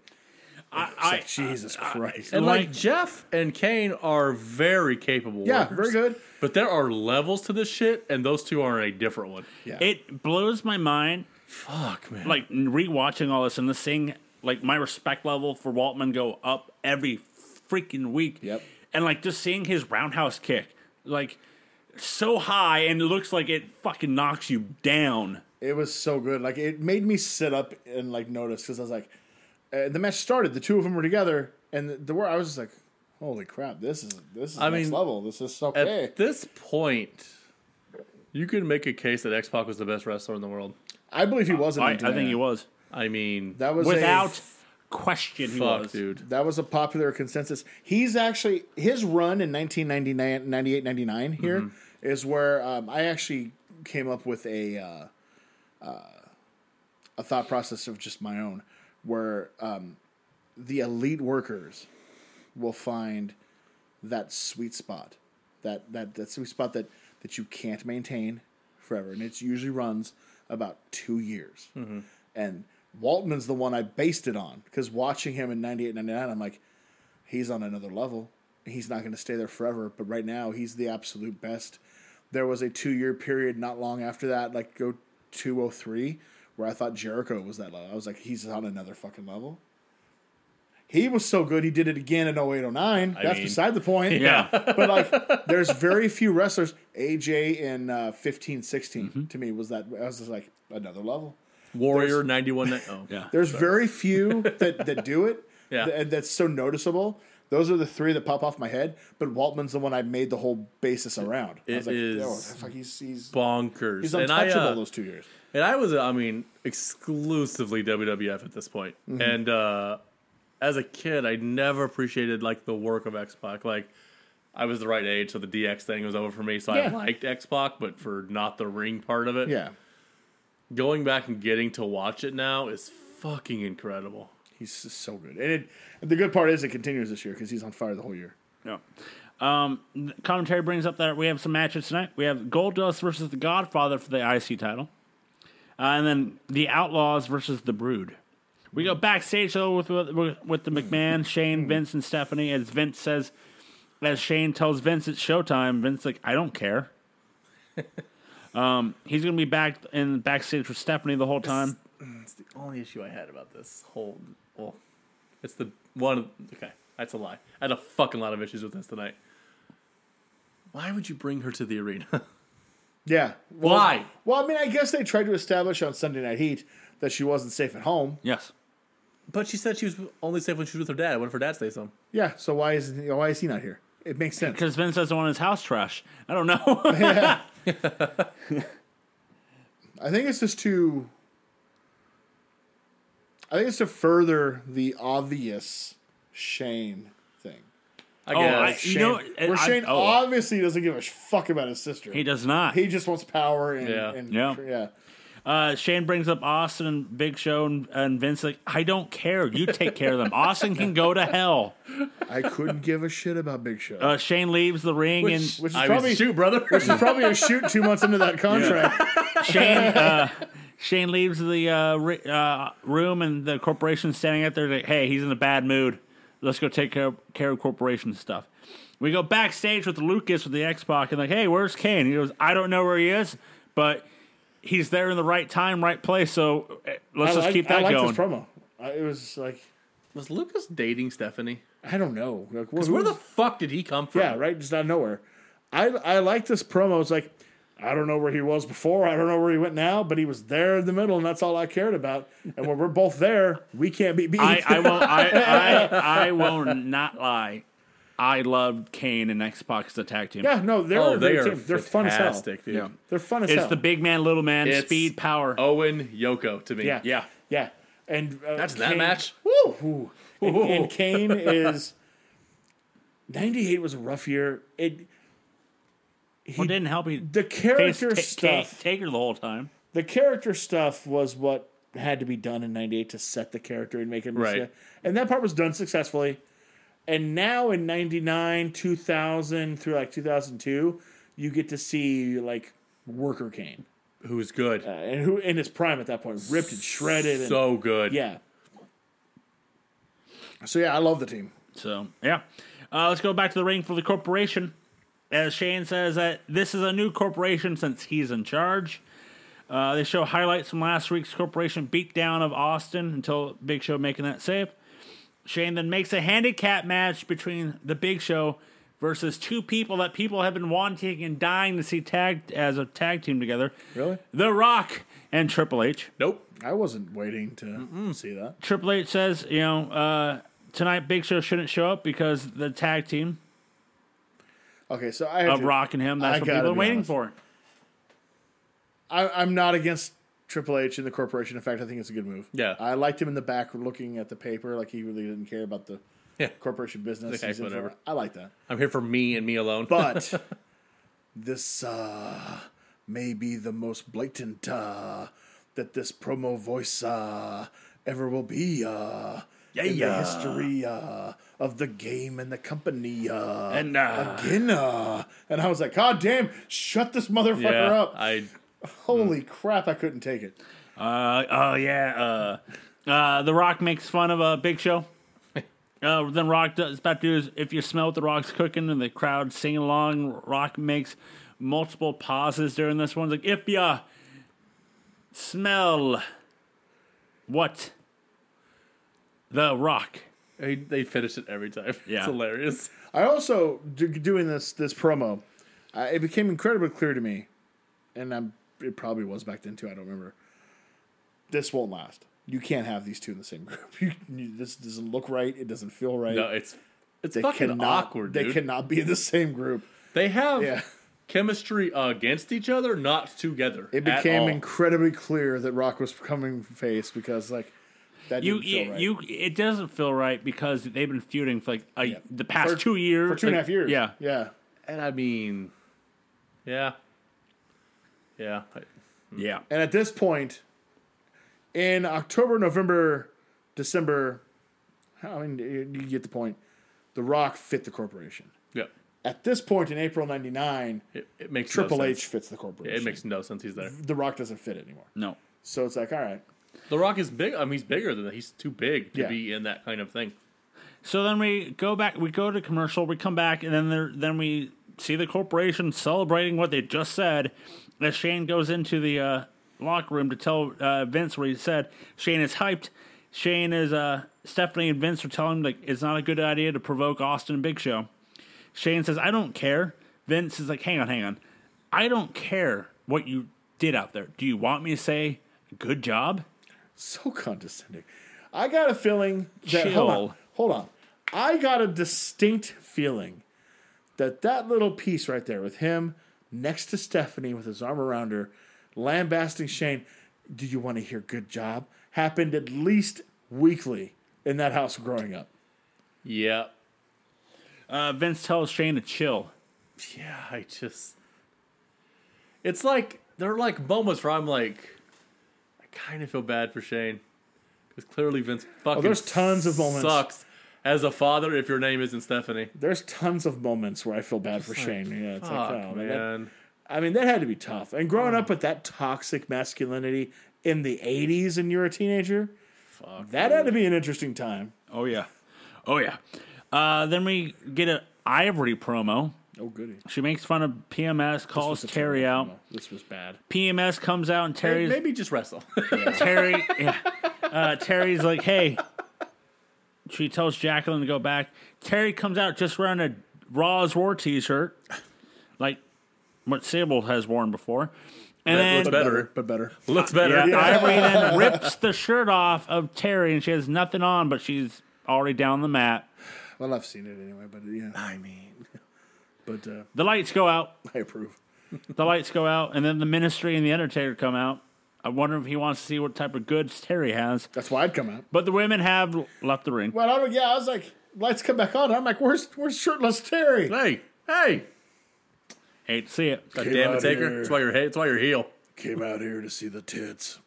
I,
Like, Jesus Christ.
And like
Like-
Jeff and Kane are very capable.
yeah,
workers.
very good.
But there are levels to this shit, and those two are in a different one.
Yeah.
I, it blows my mind
Fuck man.
like rewatching all this and this thing, like my respect level for Waltman go up every freaking week.
Yep.
And like just seeing his roundhouse kick, like so high and it looks like it fucking knocks you down.
It was so good. Like it made me sit up and like notice because I was like, uh, the match started. The two of them were together, and the, the word I was just like, "Holy crap! This is this is
I
next
mean,
level. This is so
At
okay."
this point, you could make a case that X Pac was the best wrestler in the world.
I believe he was. in
I, I
Montana.
think he was.
I mean,
That was
Without
a,
question he
fuck,
was.
dude.
that was a popular consensus. He's actually his run in 1999, 98, 99 here is where um, I actually came up with a uh, uh, a thought process of just my own, where um, the elite workers will find that sweet spot, that that that sweet spot that that you can't maintain forever, and it usually runs about two years. And Waltman's the one I based it on because watching him in 98, 99, I'm like, he's on another level. He's not going to stay there forever, but right now he's the absolute best. There was a two year period not long after that, like go 203, where I thought Jericho was that level. I was like, he's on another fucking level. He was so good, he did it again in 08, 09. That's
mean-
beside the point. <laughs>
Yeah.
But like, there's very few wrestlers. AJ in uh, 15, 16
Mm-hmm.
to me was that. I was just like, another level.
Warrior ninety one. <laughs> Oh
Yeah.
There's very few that, that do it.
<laughs> Yeah.
th- and that's so noticeable. Those are the three that pop off my head. But Waltman's the one I made the whole basis around. I was
It
like,
is-
"Yo, fuck, he's, he's,
bonkers.
he's
and I,
untouchable
uh,
those two years.
and I was, I mean, exclusively WWF at this point. And uh, as a kid, I never appreciated like the work of X Pac. Like, I was the right age, so the DX thing was over for me. So I
Yeah.
liked X Pac, but for not the ring part of it.
Yeah.
going back and getting to watch it now is fucking incredible.
He's just so good. And it, the good part is it continues this year because he's on fire the whole year.
No. Um, the commentary brings up that we have some matches tonight. We have Goldust versus The Godfather for the IC title, uh, and then The Outlaws versus The Brood. We go backstage though with with, with the McMahon, Shane, Vince, and Stephanie. As Vince says, as Shane tells Vince it's showtime. Vince like I don't care. <laughs> um, he's gonna be back in backstage with Stephanie the whole time.
It's the only issue I had about this whole. Well, it's the one. Okay, that's a lie. I had a fucking lot of issues with this tonight. Why would you bring her to the arena? <laughs>
Yeah. Well,
Why?
Well, I mean, I guess they tried to establish on Sunday Night Heat that she wasn't safe at home.
Yes.
But she said she was only safe when she was with her dad. What if her dad stays home?
Yeah. So why is why is he not here? It makes sense.
Because Vince doesn't want his house trash. I don't know.
I think it's just to. I think it's to further the obvious Shane thing.
I
Oh,
I-
guess.
You know,
Shane-
and
where
I-
Shane
oh.
obviously doesn't give a fuck about his sister.
he does not.
He just wants power and
Yeah.
and-
Yeah.
yeah.
Uh, Shane brings up Austin and Big Show and, and Vince like, I don't care. You take care of them. Austin can go to hell.
I couldn't <laughs> give a shit about Big Show.
Uh, Shane leaves the ring
Which,
and
Which is
I
probably-
mean, shoot, <laughs> brother.
Which is probably a shoot two months
<laughs>
into that contract. <laughs>
Shane uh, Shane leaves the uh, ri- uh, room and the corporation's standing out there like, hey, he's in a bad mood. Let's go take care of, care of corporation stuff. We go backstage with Lucas with the X Pac and like, hey, where's Kane? He goes, I don't know where he is, but he's there in the right time, right place. So uh, let's
I
just
like-
keep
I
that
liked
going.
This promo. I, it was like
was Lucas dating Stephanie?
I don't know. Like, where,
Where the fuck did he come from?
Yeah, right. Just out of nowhere. I I like this promo. It's like I don't know where he was before. I don't know where he went now, but he was there in the middle, and that's all I cared about. And when we're both there, we can't be beat.
I,
<laughs>
I will. I, I, I will not lie. I loved Kane and X Pac as a tag team.
yeah, no, they're
Oh,
a
they
great
are
team. They're fun as hell.
fantastic, dude.
Yeah.
They're fun as
it's
hell.
the big man, little man,
It's-
speed, power.
Owen Yoko to me.
yeah,
yeah.
yeah. And uh,
That's that match.
Woo! Woo. And, and
<laughs>
Kane is ninety eight was a rough year. It
well, didn't help you.
the character stuff.
Taker the whole time.
the character stuff was what had to be done in 98 to set the character and make him
Right.
and that part was done successfully and now in 99 2000 through like 2002 you get to see like worker kane
Who's good?
uh, and who in his prime at that point ripped and shredded and
so good.
yeah So yeah, I love the team.
So yeah, uh, let's go back to the ring for the corporation. As Shane says that this is a new corporation since he's in charge. Uh, they show highlights from last week's corporation beatdown of Austin until Big Show making that save. Shane then makes a handicap match between the Big Show versus two people that people have been wanting and dying to see tagged as a tag team together.
Really?
The Rock and Triple H.
Nope.
I wasn't waiting to see that.
Triple H says, you know, uh, tonight Big Show shouldn't show up because the tag team
Okay, so I have
of
to-
Rock and him, that's
I
what
gotta
people are
be
waiting
honest.
for.
I, I'm not against Triple H and the corporation. In fact, I think it's a good move.
Yeah.
I liked him in the back looking at the paper, like he really didn't care about the
Yeah.
corporation business.
Okay,
He's in for-
whatever.
I like that.
I'm here for me and me alone.
But <laughs> this uh, may be the most blatant uh, that this promo voice uh, ever will be uh, yeah, in the
yeah.
history uh, of the game and the company. Uh,
And uh,
again, uh. And I was like, God damn, shut this motherfucker
yeah,
up.
I Hmm.
Holy crap, I couldn't take it.
Uh, oh yeah. Uh, uh, the Rock makes fun of a uh, Big
<laughs>
Show. Uh, then Rock does about to do is if you smell what the Rock's cooking and the crowd singing along. Rock makes multiple pauses during this one. It's like if ya smell what the Rock.
<laughs> They, they finish it every time.
Yeah.
It's hilarious.
I also d- doing this this promo. I, it became incredibly clear to me, and I'm, it probably was back then too. I don't remember. This won't last. You can't have these two in the same <laughs> group. You, you, this doesn't look right. It doesn't feel right.
No, it's it's
they
fucking
cannot.
awkward,
they
dude.
cannot be in the same group.
They have
Yeah.
chemistry against each other, not together.
It
at
became
all.
incredibly clear that Rock was coming face because like that
You
didn't feel
you,
right.
you it doesn't feel right because they've been feuding for like a,
Yeah.
the past
For-
two years
for two and a
Like,
half years.
Yeah,
yeah.
and I mean, yeah, yeah.
yeah.
And at this point, in October, November, December, I mean, you you get the point. The Rock fit the corporation.
Yeah.
At this point in April '99,
It, it makes
Triple
no
H
Sense.
fits the corporation.
It makes no sense. He's there.
the Rock doesn't fit anymore.
No,
So it's like, all right,
The Rock is big. I mean, he's bigger than that. He's too big to
Yeah.
be in that kind of thing.
So then we go back, we go to commercial, we come back, and then there, then we see the corporation celebrating what they just said. As Shane goes into the uh, locker room to tell uh, Vince what he said, Shane is hyped. Shane is uh, Stephanie and Vince are telling him like it's not a good idea to provoke Austin and Big Show. Shane says, "I don't care." Vince is like, "Hang on, hang on, I don't care what you did out there. Do you want me to say good job?"
so <laughs> condescending. I got a feeling that hold on,
Chill.
hold on. I got a distinct feeling that that little piece right there with him next to Stephanie with his arm around her, lambasting Shane. Do you want to hear good job? Happened at least weekly in that house growing up.
Yeah.
Uh, Vince tells Shane to chill.
Yeah, I just. It's like there are like moments where I'm like, I kind of feel bad for Shane, because clearly Vince fucking
Oh, there's tons of moments.
sucks as a father if your name isn't Stephanie.
There's tons of moments where I feel bad for Shane. Yeah, it's like,
Fuck,
oh, man. that-
man.
I mean, that had to be tough. And growing up with that toxic masculinity in the 80s and you're a teenager, that had to be an interesting time.
Oh yeah, oh yeah. Uh, then we get an Ivory promo.
Oh, goody. Oh,
She makes fun of PMS, calls Terry out.
This was bad.
PMS comes out and Terry's
Maybe just wrestle. <laughs>
Terry. yeah. Uh, Terry's like, hey. She tells Jacqueline to go back. Terry comes out just wearing a Raw's War T-shirt, like what Sable has worn before, and
That looks
then.
Better.
but better.
Looks better.
Yeah, Ivory
<laughs>
then rips the shirt off of Terry, and she has nothing on, but she's already down the mat.
Well, I've seen it anyway, but yeah. I mean, <laughs> but uh,
The lights go out.
<laughs> I approve.
the lights go out, and then the Ministry and the Undertaker come out. I wonder if he wants to see what type of goods Terry has.
That's why I'd come out.
But the women have l- left the ring.
Well, I don't, yeah, I was like, lights come back on. I'm like, where's where's shirtless Terry?
Hey, hey.
Hate to see it.
God
Get
damn
outta
it, Taker.
here.
That's why you're he- that's why you're heel.
Came out here to see the tits.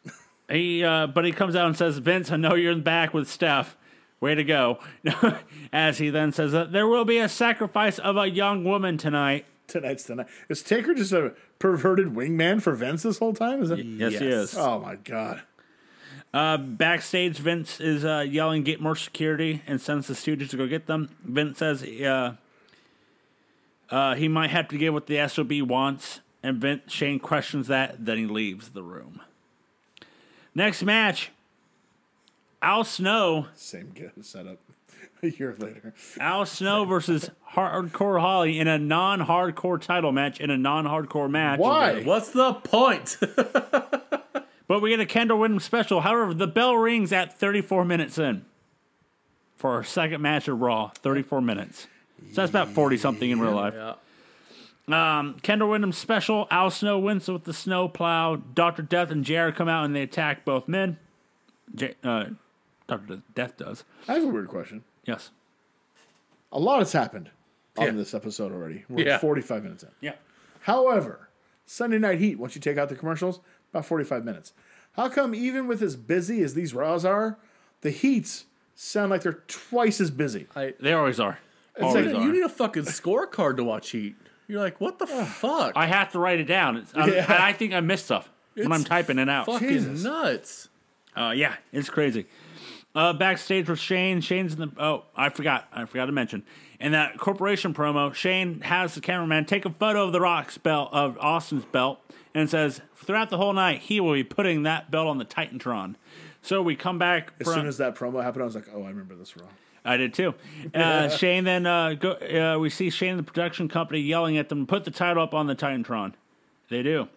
He, uh, but he comes out and says, "Vince, I know you're in the back with Steph. Way to go." <laughs> As he then says that there will be a sacrifice of a young woman tonight.
<laughs> Tonight's the night. Is Taker just a perverted wingman for Vince this whole time? Is that?
Yes, he
Yes.
is.
Oh my god.
Uh, backstage, Vince is uh, yelling, "Get more security!" and sends the Stooges to go get them. Vince says uh, uh, he might have to get what the SOB wants, and Vince Shane questions that. Then he leaves the room. Next match, Al Snow,
Same get- setup <laughs> a year later.
Al Snow versus Hardcore Holly in a non-hardcore title match in a non-hardcore match.
Why?
What's the point? <laughs>
But we get a Kendall Windham special. However, the bell rings at 34 minutes in for our second match of Raw. 34 minutes. So that's about 40 something in real life.
yeah.
Um, Kendall Windham special. Al Snow wins with the snow plow. Dr. Death and Jared come out and they attack both men. J- uh, Dr. Death does.
I have a weird question.
Yes.
A lot has happened on
Yeah.
this episode already. We're
Yeah.
45 minutes in.
Yeah.
However, Sunday Night Heat, once you take out the commercials, about 45 minutes. How come, even with as busy as these Raws are, the Heats sound like they're twice as busy?
They always are.
like,
Always
You
are.
need a fucking scorecard to watch Heat. You're like, <sighs> what the fuck?
I have to write it down. It's, I'm-
Yeah.
I think I missed stuff when I'm
It's
typing it out.
fucking
Jesus.
nuts.
Uh, yeah, it's crazy. Uh, backstage with Shane. Shane's in the. Oh, I forgot. I forgot to mention. In that corporation promo, Shane has the cameraman take a photo of the Rock's belt of Austin's belt and says, throughout the whole night, he will be putting that belt on the Titantron. So we come back.
As soon as that promo happened, I was like, oh, I remember this Raw.
I did too. Uh, Shane then uh, go, uh, we see Shane and the production company yelling at them, put the title up on the Titantron. They do.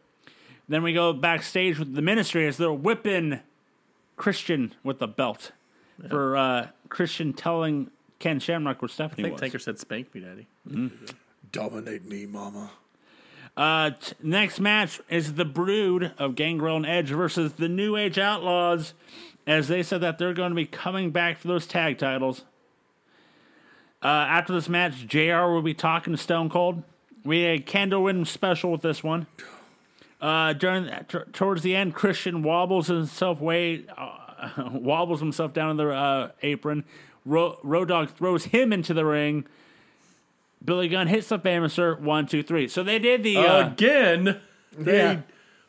Then we go backstage with the ministry as they're whipping Christian with the belt for uh, Christian telling Ken Shamrock where Stephanie
I think
was.
Tanker said, spank me, daddy.
Dominate me, mama.
Uh, t- next match is the Brood of Gangrel and Edge versus the New Age Outlaws, as they said that they're going to be coming back for those tag titles. Uh, after this match, JR will be talking to Stone Cold. We had Kendall Windham special with this one. Uh, during t- towards the end, Christian wobbles himself way uh, <laughs> wobbles himself down in the uh, apron. Ro- Road Dog throws him into the ring. Billy Gunn hits the famouser. One, two, three. So they did the uh,
Oh.
Again,
Yeah.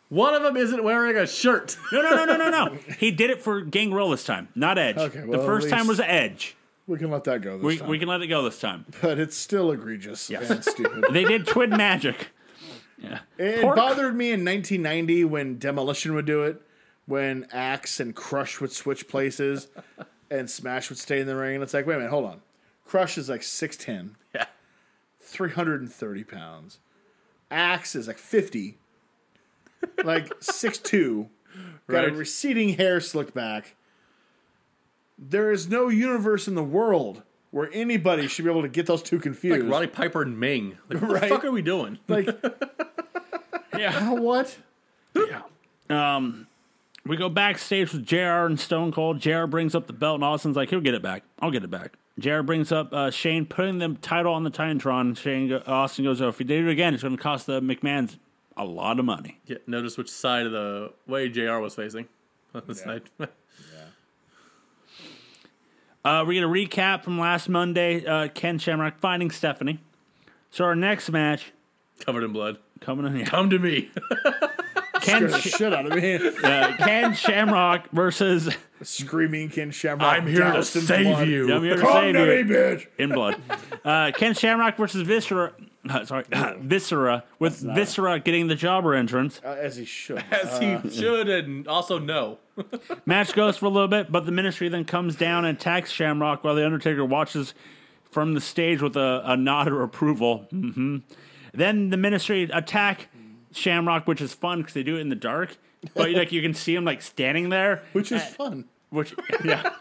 one of them isn't wearing a <laughs> shirt.
No, no, no, no, no, no. He did it for Gangrel this time, not Edge.
<laughs> Okay,
the
well, at
first time was
least-
Edge.
We can let that go this
We,
time.
we can let it go this time.
But it's still egregious and stupid.
They did Twin Magic.
It
Pork.
bothered me in 1990 when Demolition would do it, when Axe and Crush would switch
<laughs>
places, and Smash would stay in the ring. And it's like, wait a minute, hold on. Crush is like 6'10,
Yeah.
330 pounds. Axe is like 50, like
<laughs>
6'2, got a
Right.
receding hair slicked back. There is no universe in the world where anybody should be able to get those two confused.
Like Roddy Piper and Ming. Like, what the
Right.
fuck are we doing?
<laughs> Like,
Yeah.
what?
We go backstage with JR and Stone Cold. JR brings up the belt, and Austin's like, he'll get it back. I'll get it back. JR brings up uh, Shane putting the title on the Titantron. Shane go- Austin goes, oh, if you do it again, it's going to cost the McMahons a lot of money.
Yeah, notice which side of the way JR was facing. <laughs> That's nice.
Uh, we get a recap from last Monday uh, Ken Shamrock finding Stephanie. So our next match
<laughs> Covered in blood.
coming in.
Come to me.
Ken,
Scared the shit out of me.
uh, Ken Shamrock versus
screaming Ken Shamrock.
<laughs> I'm here to
doused in
save
blood.
you.
I'm here to
Come
save
to
you
me, bitch.
in blood. Uh, Ken Shamrock versus Viscera. uh, sorry, <laughs> Viscera with Viscera getting the jobber entrance.
Uh, as he should.
As he should and also no.
Match goes for a little bit, but the Ministry then comes down and attacks Shamrock while the Undertaker watches from the stage with a, a nod of approval. hmm Then the Ministry attack Shamrock, which is fun because they do it in the dark. But like you can see him like standing there,
Which is fun.
which <laughs> yeah.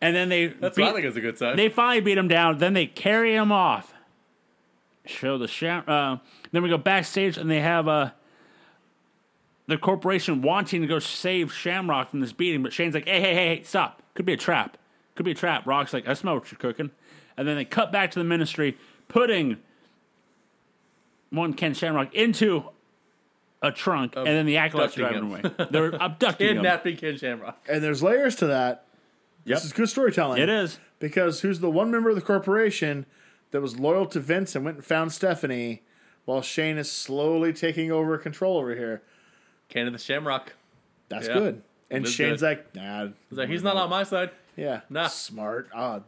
And then they
That's what I think is a good sign.
They finally beat him down. Then they carry him off. Show the sham. Uh, then we go backstage and they have uh, the corporation wanting to go save Shamrock from this beating, but Shane's like, "Hey, hey, hey, hey, stop! Could be a trap. Could be a trap." Rock's like, "I smell what you're cooking." And then they cut back to the ministry, putting one Ken Shamrock into a trunk, and then the acolytes driving
abducting
away. They're abducting him.
Kidnapping Ken Shamrock.
And there's layers to that.
Yep.
This is good storytelling.
It is.
Because who's the one member of the corporation that was loyal to Vince and went and found Stephanie while Shane is slowly taking over control over here?
Ken and the Shamrock.
That's
Yeah.
good. And
Liz
Shane's
did.
like, nah.
He's like, he's not on my side.
Yeah.
Nah.
Smart. Ah.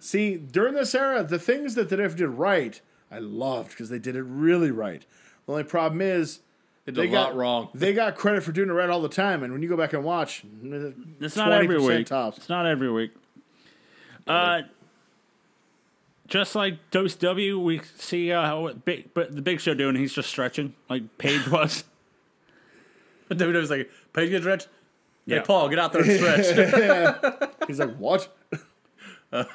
See, during this era, the things that the Def did right, I loved because they did it really right. The only problem is
They did a lot wrong.
<laughs>
<laughs>
They got credit for doing it right all the time, and when you go back and watch, it's
It's not every week.
Tops.
It's not every week. Uh, just like Dose W, we see uh, how what big, but the Big Show doing. He's just stretching, like Paige was.
But WWE's like, Paige gets stretch. Hey,
Yeah.
Paul, get out there and <laughs> stretch.
He's like, what? <laughs>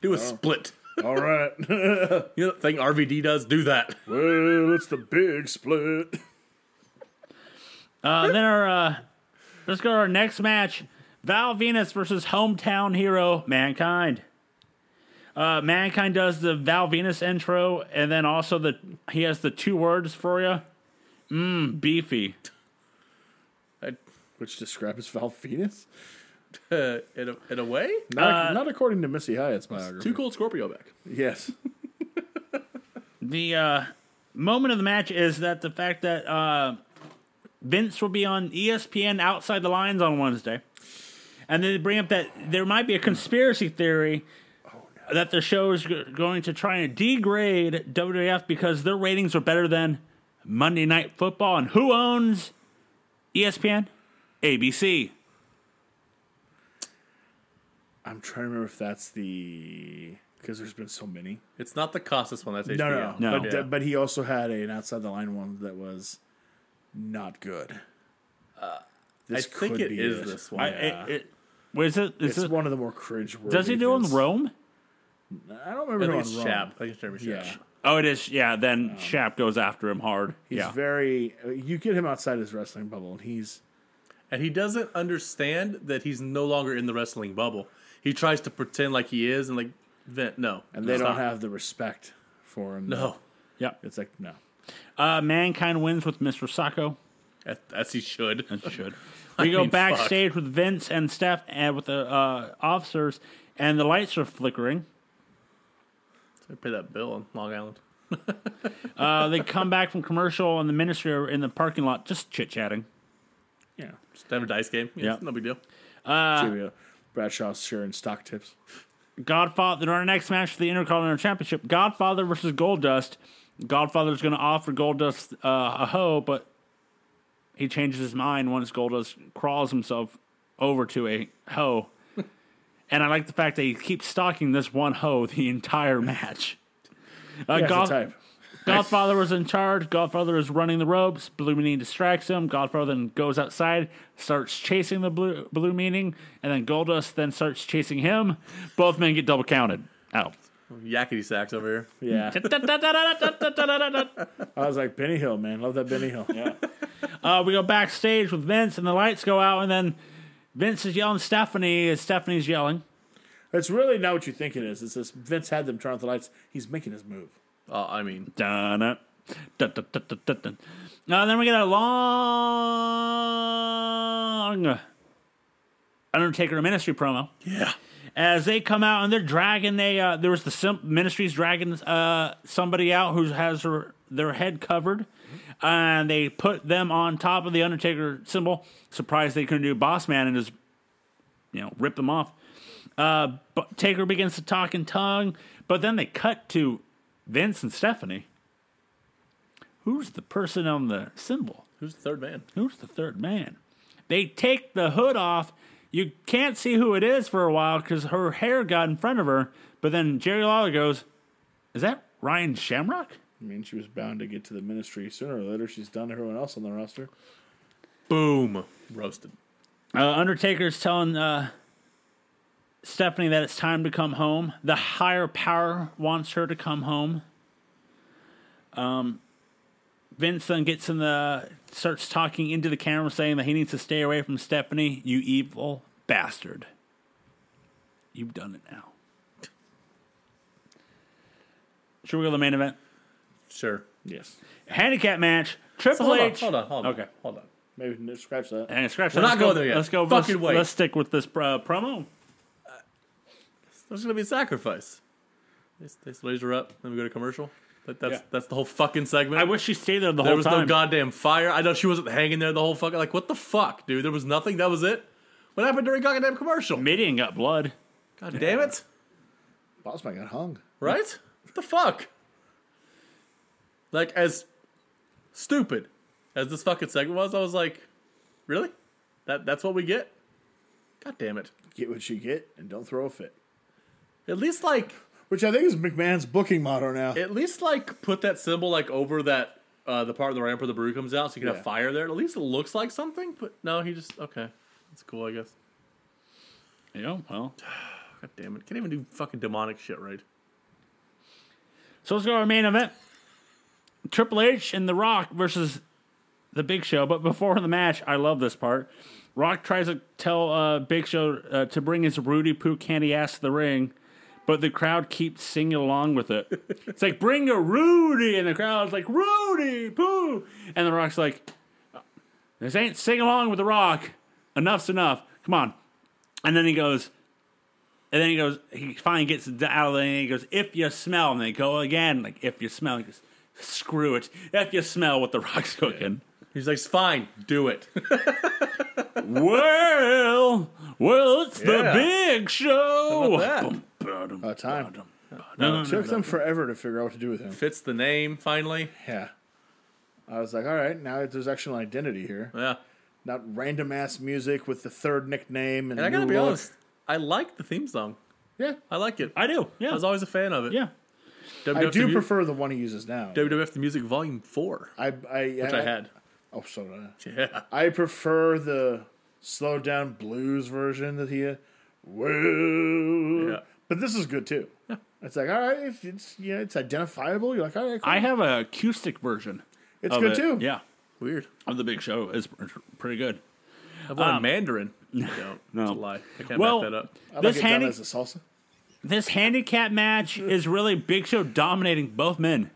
Do a split.
all right. <laughs>
You know that thing RVD does? Do that. <laughs>
well, it's the big split. <laughs>
Uh, then our uh, let's go to our next match: Val Venus versus hometown hero Mankind. Uh, Mankind does the Val Venus intro, and then also the he has the two words for you. Mmm, beefy.
Which describes <laughs> Val Venus?
Uh, in, a, in a way?
Not, not according to Missy Hyatt's biography.
Uh, Too cold Scorpio back.
Yes. <laughs>
the uh, moment of the match is that the fact that uh, Vince will be on E ESPN outside the lines on Wednesday, and then they bring up that there might be a conspiracy theory that the show is go- going to try and degrade WWF because their ratings are better than Monday Night Football, and who owns E ESPN? ABC.
I'm trying to remember if that's the. Because there's been so many.
It's not the Costas one. That's HBO.
No, no, no.
No.
But,
Yeah.
but he also had an outside the line one that was not good.
I
this
Uh, think
could
it
be
is
it.
this
I,
one.
it, it, what is it? Is
It's
it
one of the more cringe.
does he do it in Rome?
I don't
I
remember.
think
who
it's
on Raw.
Shab. I think it's Jeremy Shab.
Yeah,
Oh, it is. Yeah, then Shap goes after him hard.
he's
yeah.
very. uh, You get him outside his wrestling bubble, and he's
And he doesn't understand that he's no longer in the wrestling bubble. He tries to pretend like he is and like, vent. No.
and they
It's
don't
not.
have the respect for him.
No.
yeah.
it's like no.
Uh, Mankind wins with Mr. Sacco.
As, as he should.
It should. <laughs>
I
We go
mean, fuck.
backstage with Vince and Steph and with the uh, officers, and the lights are flickering.
I pay that bill on Long Island.
Uh, they come back from commercial, and the ministry are in the parking lot just chit chatting.
Yeah,
Just have a dice game. Yeah.
Yeah.
No big deal. Uh,
Cheerio. Bradshaw's sharing stock tips.
Godfather, in our next match for the Intercontinental Championship, Godfather versus Goldust. Godfather's going to offer Goldust uh, a hoe, but he changes his mind once Goldust crawls himself over to a hoe. <laughs> and I like the fact that he keeps stalking this one hoe the entire match. Uh,
That's
Goth-
the type.
Godfather was in charge. Godfather is running the ropes. Blue Meaning distracts him. Godfather then goes outside, starts chasing the Blue, Blue Meaning, and then Goldust then starts chasing him. Both men get double counted. Ow.
Yakety sacks over here.
<laughs>
Yeah,
uh,
I was like Benny Hill, man. Love that Benny Hill. Yeah,
Uh, we go backstage with Vince, and the lights go out, and then Vince is yelling Stephanie, and Stephanie's yelling.
it's really not what you think it is. It's this Vince had them turn off the lights. He's making his move.
Uh, I mean,
Dun-dun, dun-dun-dun-dun-dun. Now Uh, then we get a long Undertaker Ministry promo.
yeah.
as they come out and they're dragging they uh, there was the sim- ministry's dragging uh, somebody out who has her, their head covered and they put them on top of the undertaker symbol surprised they couldn't do boss man and just you know rip them off uh, but taker begins to talk in tongue but then they cut to vince and stephanie who's the person on the symbol
Who's the third man?
Who's the third man? They take the hood off. You can't see who it is for a while because her hair got in front of her. But then Jerry Lawler goes, Is that Ryan Shamrock?
I mean, she was bound to get to the ministry sooner or later. She's done to everyone else on the roster.
Boom. Roasted.
Uh, Undertaker's telling uh, Stephanie that it's time to come home. The higher power wants her to come home. Um, Vince then gets in the starts talking into the camera, saying that he needs to stay away from Stephanie. You evil bastard! You've done it now. Should we go to the main event?
Sure.
Yes.
Handicap match. Triple
hold on,
H.
hold on, hold on.
Okay.
Hold on.
Maybe no, scratch that.
And scratch that.
We're not
Let's
going
go-
there yet.
Let's go.
Fucking
let's,
wait.
let's stick with this uh, promo.
There's going to be a sacrifice. They, they raise her up, then we go to commercial. Like that's
Yeah.
that's the whole fucking segment.
I wish she stayed there the
there
whole
was
time.
no goddamn fire. I know she wasn't hanging there the whole fucking. Like what the fuck, dude? There was nothing. That was it. What happened during goddamn commercial?
Midian got blood.
God damn it!
Boss man got hung.
Right? What the fuck? Like as stupid as this fucking segment was, I was like, really? That that's what we get? God damn it!
Get what you get and don't throw a fit.
At least like
Which I think is McMahon's booking motto now.
at least like put that symbol like over that uh, the part where the ramp where the brew comes out, so you can
Yeah.
have fire there. At least it looks like something. But no, he just okay. That's cool, I guess.
Yeah, well.
God damn it! Can't even do fucking demonic shit, right?
So let's go to our main event. Triple H and The Rock versus The Big Show. But before the match, I love this part. Rock tries to tell uh, Big Show uh, to bring his Rudy Poo candy ass to the ring, but the crowd keeps singing along with it. it's like, bring a Rudy! And the crowd's like, Rudy Poo! And The Rock's like, this ain't sing along with The Rock. Enough's enough. Come on. And then he goes, and then he goes, he finally gets it out of the and he goes, if you smell, and they go again, like, if you smell, he goes, screw it. If you smell what the rock's cooking.
He's like, fine, do it. <laughs>
well, well, it's the
Yeah.
big show.
How about
About Uh, time.
No, no, no.
Took them forever to figure out what to do with him.
Fits the name finally.
Yeah. I was like, all right, now there's actual identity here.
Yeah.
Not random ass music with the third nickname and,
And I gotta
new
be
look.
honest, I like the theme song.
Yeah.
I like it. I,
I do. Yeah.
was always a fan of it.
yeah.
WWF
I
the
do
mu-
prefer the one he uses now.
WWF the Music Volume Four,
I, I,
which I had.
Oh, so did I.
Yeah,
I prefer the slowed down blues version that he. Well,
Yeah.
but this is good too. It's like all right, if it's yeah, it's identifiable. You're like all right, cool.
I have a acoustic version.
it's
of
good
it.
too.
Yeah.
weird.
Of the big show is pretty good.
I want a Um, Mandarin. No, no, it's a lie. I can't
Well,
back that up.
I like
this
it
handy,
done as a salsa.
this handicap match is really Big Show dominating both men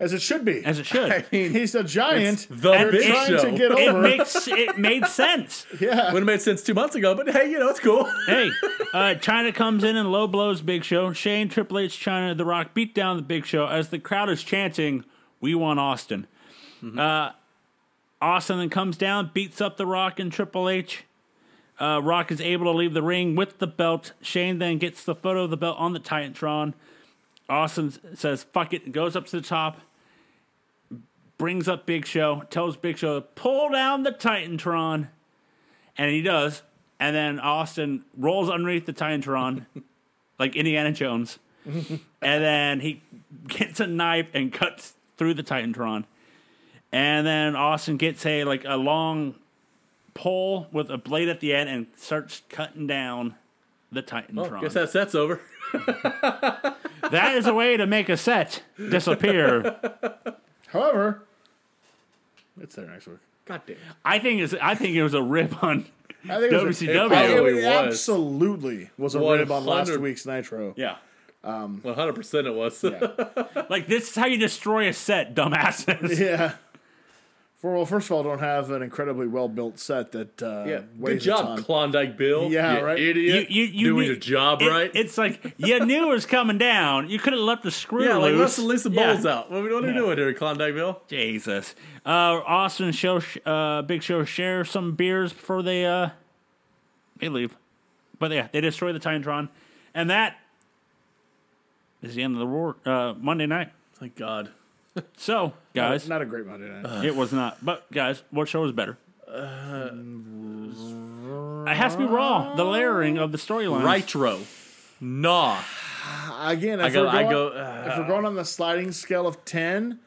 As it should be.
as it should.
<laughs> He's a giant.
the
They're
Big
trying
Show.
to get
it
over.
makes it made sense.
yeah,
Would have made sense two months ago, but hey, you know it's cool.
hey, uh, China comes in and low blows Big Show. Shane, Triple H, China, The Rock beat down the Big Show as the crowd is chanting, "We want Austin." Uh, Austin then comes down, beats up The Rock and Triple H. Uh, Rock is able to leave the ring with the belt. Shane then gets the photo of the belt on the Titantron. Austin s- says, "Fuck it," and goes up to the top. Brings up Big Show, tells Big Show to pull down the Titantron. And he does. And then Austin rolls underneath the Titantron, like Indiana Jones. and then he gets a knife and cuts through the Titantron. And then Austin gets a like a long pole with a blade at the end and starts cutting down the Titantron.
Guess that set's over.
that is a way to make a set disappear.
However, it's there next week.
God damn. it.
I think it's I think it was a rip on
I think it was a-
WCW.
I-
Probably
it
was.
absolutely was a rib on last
100.
week's Nitro.
Yeah.
One hundred percent, it was.
Like this is how you destroy a set,
<laughs>
dumbasses.
Yeah. For, well, first of all, don't have an incredibly well built set that uh,
<laughs> Yeah. Good
weighs a
job,
ton.
Klondike Bill.
Yeah,
you
right.
Idiot.
You- you- you
doing
need-
your job
It-
right.
It's like you knew it was coming down. You could have left the screw
yeah, like
loose.
let's Lisa
Yeah.
Bowles out. What are we what are we doing here, Klondike Bill?
Jesus. Uh, Austin show uh, Big Show share some beers before they uh they leave, but yeah, they destroy the Titantron, and that is the end of the war uh, Monday night.
Thank God.
So guys,
Not a great Monday night.
Uh,
it was not. But guys, what show was better? Uh, it has to be Raw. The layering of the storyline.
Nitro. Nah.
Uh, Again, if,
I go.
we're
I
going,
go.
if
Uh,
we're going on the sliding scale of 10,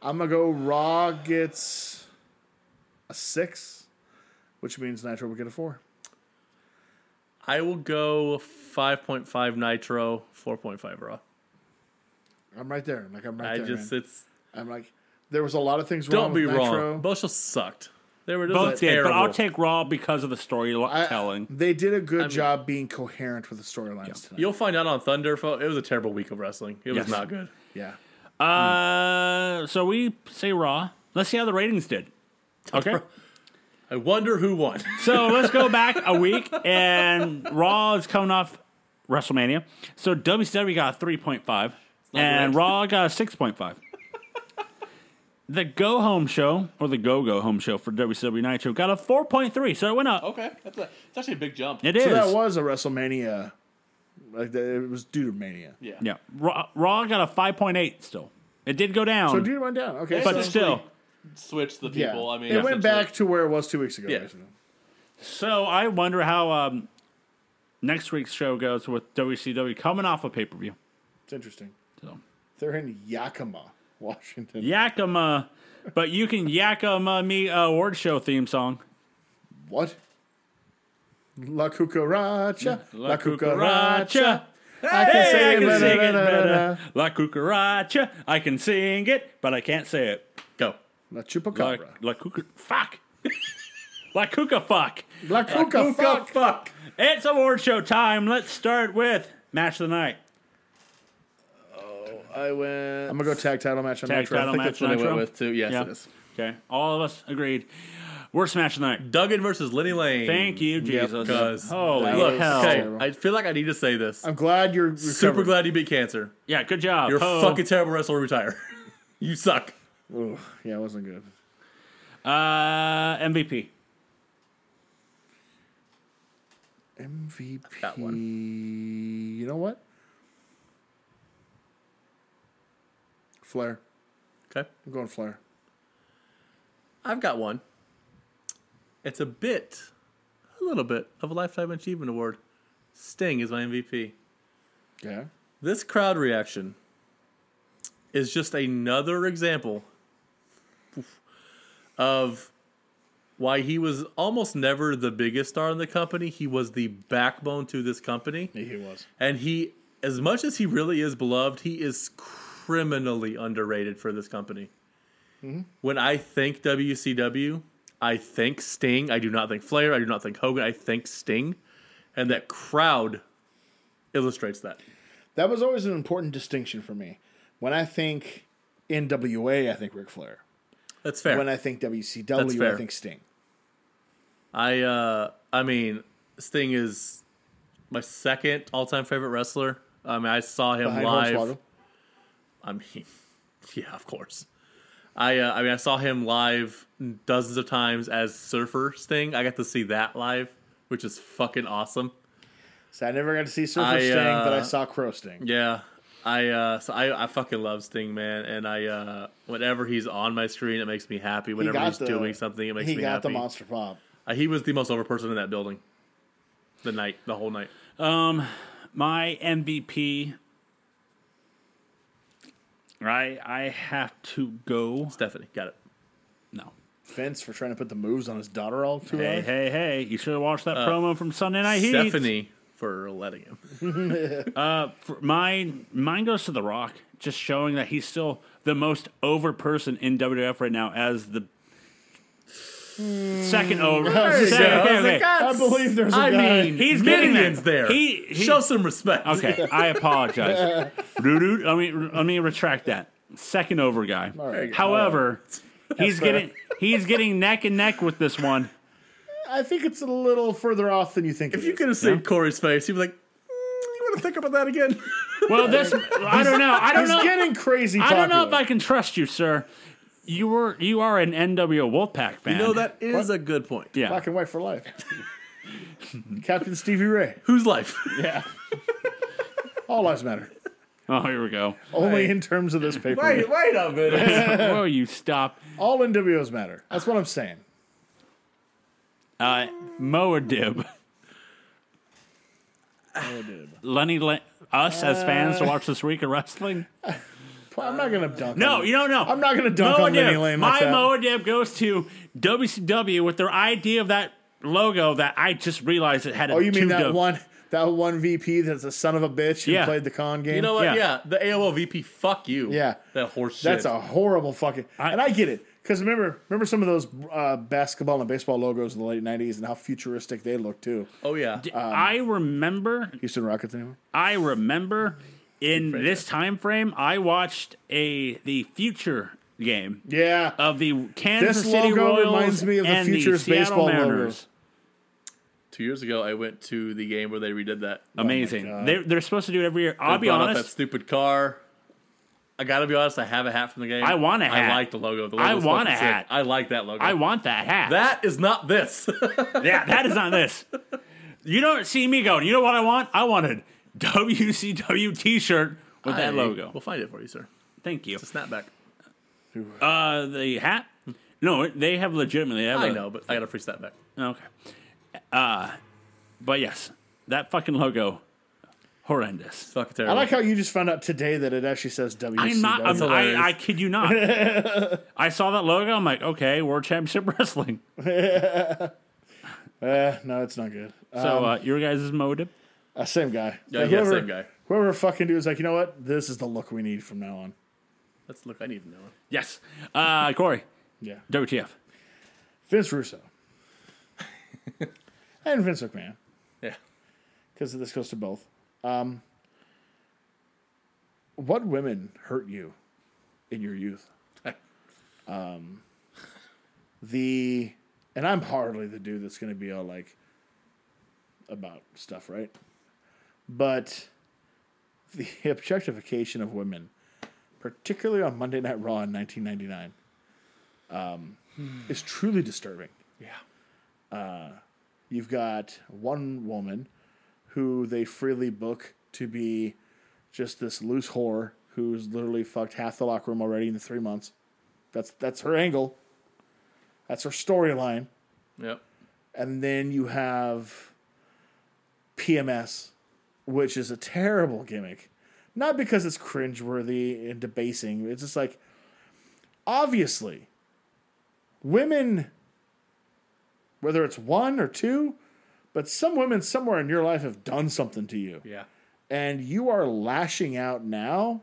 I'm going to go Raw gets a 6, which means Nitro will get a 4.
I will go five point five Nitro, four point five Raw.
I'm right there. Like, I'm right
I
there.
just
man.
it's
I'm like, there was a lot of things wrong
don't be
with Nitro.
wrong. Both shows sucked. They were just
Both did,
terrible.
but I'll take Raw because of the
I-
storytelling.
They did a good job being coherent with the storylines tonight.
You'll find out on Thunder. fo- It was a terrible week of wrestling. It
Yes.
was not <laughs> good.
Yeah.
Uh, so we say Raw. Let's see how the ratings did. Okay.
<laughs> I wonder who won.
so let's go back a week, and Raw is coming off WrestleMania. So WCW got a 3.5, and
great.
Raw got a 6.5. The Go Home Show, or the Go Go Home Show for WCW Nitro, got a 4.3, so it went up.
<laughs> Okay, that's a, it's actually a big jump.
It is.
So that was a WrestleMania. Like that, it was due to Mania.
yeah.
yeah. Raw, Raw got a 5.8 still. It did go down,
So due to Oh, run down. Okay,
Um, but
so,
it's-
still.
Switch the
yeah,
people. I mean,
it went
essentially.
back to where it was two weeks ago.
Yeah.
basically.
So I wonder how um, next week's show goes with WCW coming off a pay per view.
it's interesting.
So.
They're in Yakima, Washington.
Yakima, but you can Yakima me a award show theme song.
What? La cucaracha, la,
cucaracha.
cucaracha. I can
Hey,
say
I
it
can sing it
better. da, da, da,
better.
da.
La cucaracha, I can sing it, but I can't say it.
Go.
La
La,
chupacabra.
la cuca, fuck. <laughs> la cuca, fuck.
La cuca, fuck.
fuck.
It's award show time. Let's start with match of the night.
I went.
I'm gonna go tag title match on
Tag
Nitro.
title
I think that's
match
what I
Nitro.
went with too. Yes,
Yeah.
it is.
Okay, all of us agreed. Worst match of the night.
Duggan versus Lenny Lane.
Thank you, Jesus.
Because
Holy
That
Look,
was
hell.
okay.
terrible.
I feel like I need to say this.
I'm glad you're
Super
recovered.
glad you beat cancer.
Yeah, good job.
You're
Ho.
a fucking terrible wrestler. Retire. <laughs> you suck.
Ugh, yeah, it wasn't good.
uh, MVP.
MVP.
got one.
You know what? Flair.
Okay.
I'm going Flair.
I've got one. It's a bit, a little bit of a lifetime achievement award. Sting is my MVP.
Yeah.
This crowd reaction is just another example of why he was almost never the biggest star in the company. He was the backbone to this company.
He was.
And he, as much as he really is beloved, he is criminally underrated for this company.
Mm-hmm.
When I think WCW, I think Sting. I do not think Flair. I do not think Hogan. I think Sting. And that crowd illustrates that.
That was always an important distinction for me. When I think NWA, I think Ric Flair.
That's fair.
When I think
That's
WCW,
fair.
I think Sting.
I uh I mean Sting is my second all time favorite wrestler. I mean I saw him
Behind
live.
Hornswoggle.
I mean <laughs> yeah, of course. I uh, I mean I saw him live dozens of times as Surfer Sting. I got to see that live, which is fucking awesome.
So I never got to see Surfer
I,
Sting, but I
uh,
saw Crow Sting.
Yeah. I uh so I, I fucking love Sting man and I uh whenever he's on my screen it makes me happy. Whenever
got
he's
the-
doing something it makes
he
me
got
happy.
the monster pop.
Uh, he was the most over person in that building. The night, the whole night.
my MVP. Right, I have to go.
Stephanie, got it.
No.
Vince for trying to put the moves on his daughter all too
Hey,
early.
hey, hey! You should have watched that promo from Sunday Night Heat.
Uh, Stephanie for letting him.
For- mine, mine goes to The Rock, just showing that he's still the most over person in WWF right now as the second over.
there you
<laughs> Second-
go.
okay, okay.
I believe there's a
I
guy.
mean,
He's getting
Minions
there.
there.
He- he-
show some
<laughs>
respect.
Okay, I apologize. Doo-doo, let me let me retract that. Second over guy.
right.
However, he's getting he's getting neck and neck with this
<laughs>
one.
I think it's a little further off than you think.
If you could have seen Corey's face, he'd be like, "Mm, "You want to think about that again?"
Well, this I don't know. I don't
he's
know.
getting crazy.
I don't know if
popular.
I can trust you, sir. You were you are an NWO Wolfpack fan.
you know that is a good point.
Yeah.
black and white for life. <laughs> Captain Stevie Ray.
Whose
<laughs>
life?
Yeah. All lives matter.
Oh, here we
<laughs>
go.
Only in terms of this paper.
wait a minute.
Whoa, you stop.
All NWOs matter. That's what I'm saying.
Uh, Moa Dib. Lenny, Le- us as fans to watch this week of wrestling.
I'm not gonna dunk.
No,
on
you don't know.
I'm not gonna dunk
Moa
on Lenny
Dib.
Lane
My
like that.
Moa Dib goes to WCW with their idea of that logo that I just realized it had. A
Oh, you mean
two
that
dub-
one? That one VP that's a son of a bitch who
Yeah.
played the con game.
<laughs> You know what?
Yeah.
Yeah. the AOL VP. Fuck you.
Yeah.
that horse shit.
That's a horrible fucking. and I get it because remember, remember some of those uh, basketball and baseball logos in the late '90s and how futuristic they looked too.
Oh yeah.
um,
I remember
Houston Rockets anymore?
I remember in this time frame, I watched a the future game
Yeah,
of the Kansas
This
City
logo
Royals
reminds me of the
and
Futures
Seattle
baseball logo.
Mariners.
Two years ago, I went to the game where they redid that.
Amazing.
God.
they're, they're supposed to do it every year. Oh I'll
They
be
brought up That
honest.
stupid car. I gotta be honest. I have a hat from the game.
I want a hat.
I like the logo. The
I
logo's
want
fucking
a
sick.
hat.
I like that logo.
I want that hat.
that is not this.
<laughs> yeah, that is not
<laughs>
this. You don't see me going. You know what I want? I want a WCW T-shirt with that logo.
We'll find it for you, sir.
Thank you.
It's a snapback.
Uh, the hat. No, they have legitimately. They have
I
a-
know, but I gotta free snapback.
Okay. Uh, but yes, that fucking logo, horrendous.
Fucking
I
terrible.
like how you just found out today that it actually says WCW.
I'm not. I'm,
hilarious.
I, I kid you
<laughs>
not. I saw that logo. I'm like, okay, World Championship <laughs> Wrestling.
Eh, no, it's not good. Uh,
Um,
So uh, your guys' motive.
uh, same guy.
Yeah, yeah, same guy.
Whoever fucking dude is like, you know what? This is the look we need from now on.
Let's look. I need to know.
Yes, uh, Corey.
Yeah.
WTF?
Vince Russo. <laughs> and Vince McMahon,
Yeah.
because this goes to both. Um, what women hurt you in your youth? um, the, and I'm hardly the dude that's going to be all like about stuff, right? But the <laughs> objectification of women, particularly on Monday Night Raw in 1999, um, is truly disturbing. Uh,
Yeah.
You've got one woman who they freely book to be just this loose whore who's literally fucked half the locker room already in the three months. That's that's her angle. That's her storyline.
Yep.
And then you have PMS, which is a terrible gimmick. Not because it's cringeworthy and debasing. It's just like, obviously, women, whether it's one or two, but some women somewhere in your life have done something to you
Yeah.
and you are lashing out now,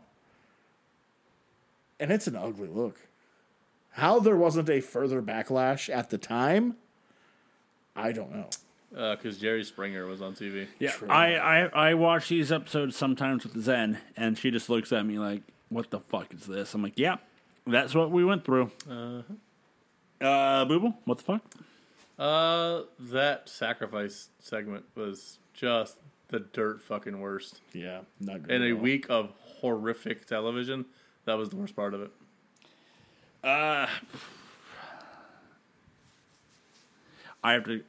and it's an ugly look. How there wasn't a further backlash at the time, I don't know.
Because Uh, Jerry Springer was on TV.
Yeah, I, I I watch these episodes sometimes with Zen, and she just looks at me like, "What the fuck is this?" I'm like, "Yeah, that's what we went through." Uh-huh. Uh, Booble, what the fuck?
Uh, that sacrifice segment was just the dirt fucking worst.
Yeah, not good.
In
at
a
all.
week of horrific television, that was the worst part of it.
I have to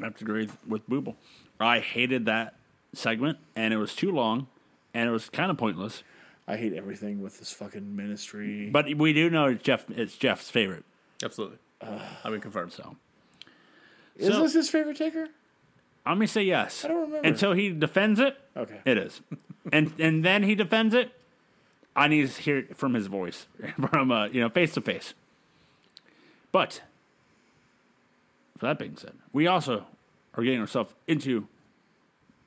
I have to agree with Booble. I hated that segment, and it was too long, and it was kind of pointless.
I hate everything with this fucking ministry.
But we do know it's Jeff. It's Jeff's favorite.
Absolutely. I mean, confirmed.
So
is
so-
this his favorite taker?
I'm gonna say yes. I
don't remember.
Until he defends it,
Okay,
it is, and and then he defends it. I need to hear it from his voice, <laughs> from uh, you know, face to face. But for that being said, we also are getting ourselves into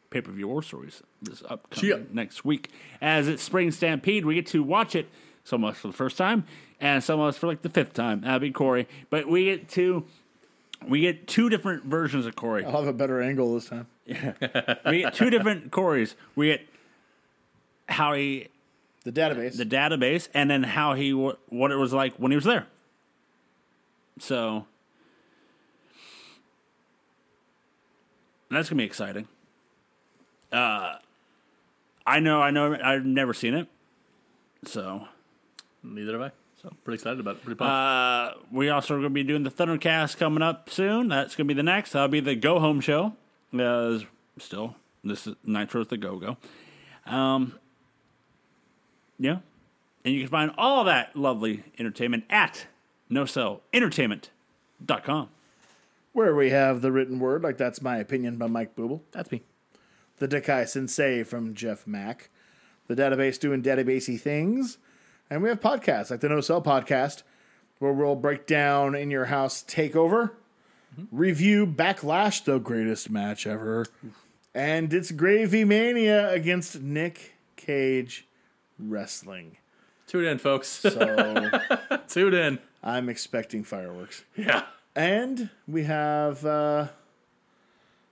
pay per view war stories this upcoming
Chia.
next week. As it's Spring Stampede, we get to watch it some of us for the first time and some of us for like the fifth time. That'd be Corey. But we get to we get two different versions of Corey.
I'll have a better angle this time.
We get two different Corys. We get how he
The database.
the database and then how he wa- what it was like when he was there. So that's gonna be exciting. Uh, I know, I know, I've never seen it, so
Neither have I. So pretty excited about it. Pretty pumped.
uh, we also are going to be doing the Thundercast coming up soon. That's going to be the next. That'll be the go home show. Uh, still, this is Nitro's the go go. Um, yeah. And you can find all that lovely entertainment at nocellentertainment.com.
where we have the written word, like that's my opinion by Mike Booble.
That's me.
the Dakai Sensei from Jeff Mack, the database doing databasey things, and we have podcasts like the No Sell podcast, where we'll break down in your house takeover, review Backlash, the greatest match ever, and it's Gravy Mania against Nick Cage Wrestling.
Tune in, folks. <laughs>
So
Tune in.
I'm expecting fireworks.
Yeah.
And we have uh,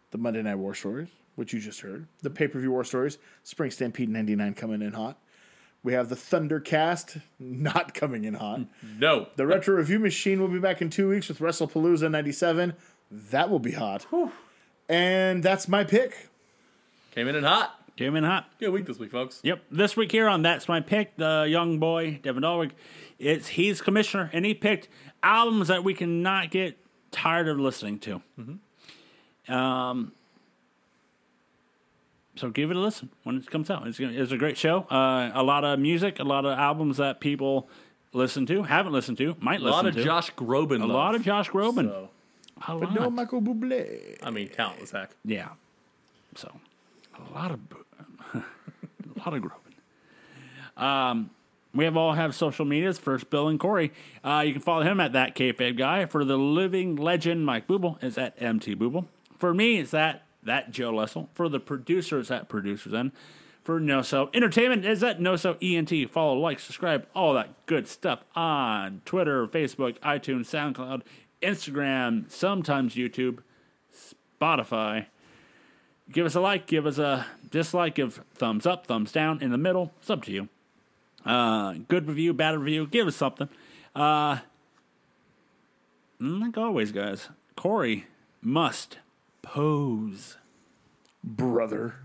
the Monday Night War Stories, which you just heard. The pay per view War Stories, Spring Stampede 99 coming in hot. We have the Thundercast not coming in hot.
No.
The Retro Review Machine will be back in two weeks with WrestlePalooza 97. That will be hot. And that's my pick.
Came in and hot.
Came in hot.
Good week this week, folks.
Yep. This week here on That's My Pick, the young boy, Devin Dahlwig, it's he's commissioner and he picked albums that we cannot get tired of listening to. Um,
Mm-hmm.
so give it a listen when it comes out. It's, gonna, it's a great show. Uh, a lot of music, a lot of albums that people listen to, haven't listened to, might
A lot
listen
of
to.
Josh Groban.
a lot of Josh Groban. a lot.
No Michael Bublé.
I mean, countless heck.
Yeah. So a lot of bo- <laughs> a lot of groping. Um, we have all have social medias. First, Bill and Corey. Uh, you can follow him at that kayfabe guy. For the living legend, Mike Booble is at MT Booble. For me, it's at that Joe Lessel. For the producer, it's at producers N. For No So Entertainment is at No So ENT. Follow, like, subscribe, all that good stuff on Twitter, Facebook, iTunes, SoundCloud, Instagram, sometimes YouTube. Spotify. Give us a like, give us a dislike, give thumbs up, thumbs down, in the middle. It's up to you. Uh, good review, bad review, give us something. Uh, and like always, guys, Corey must pose.
Brother.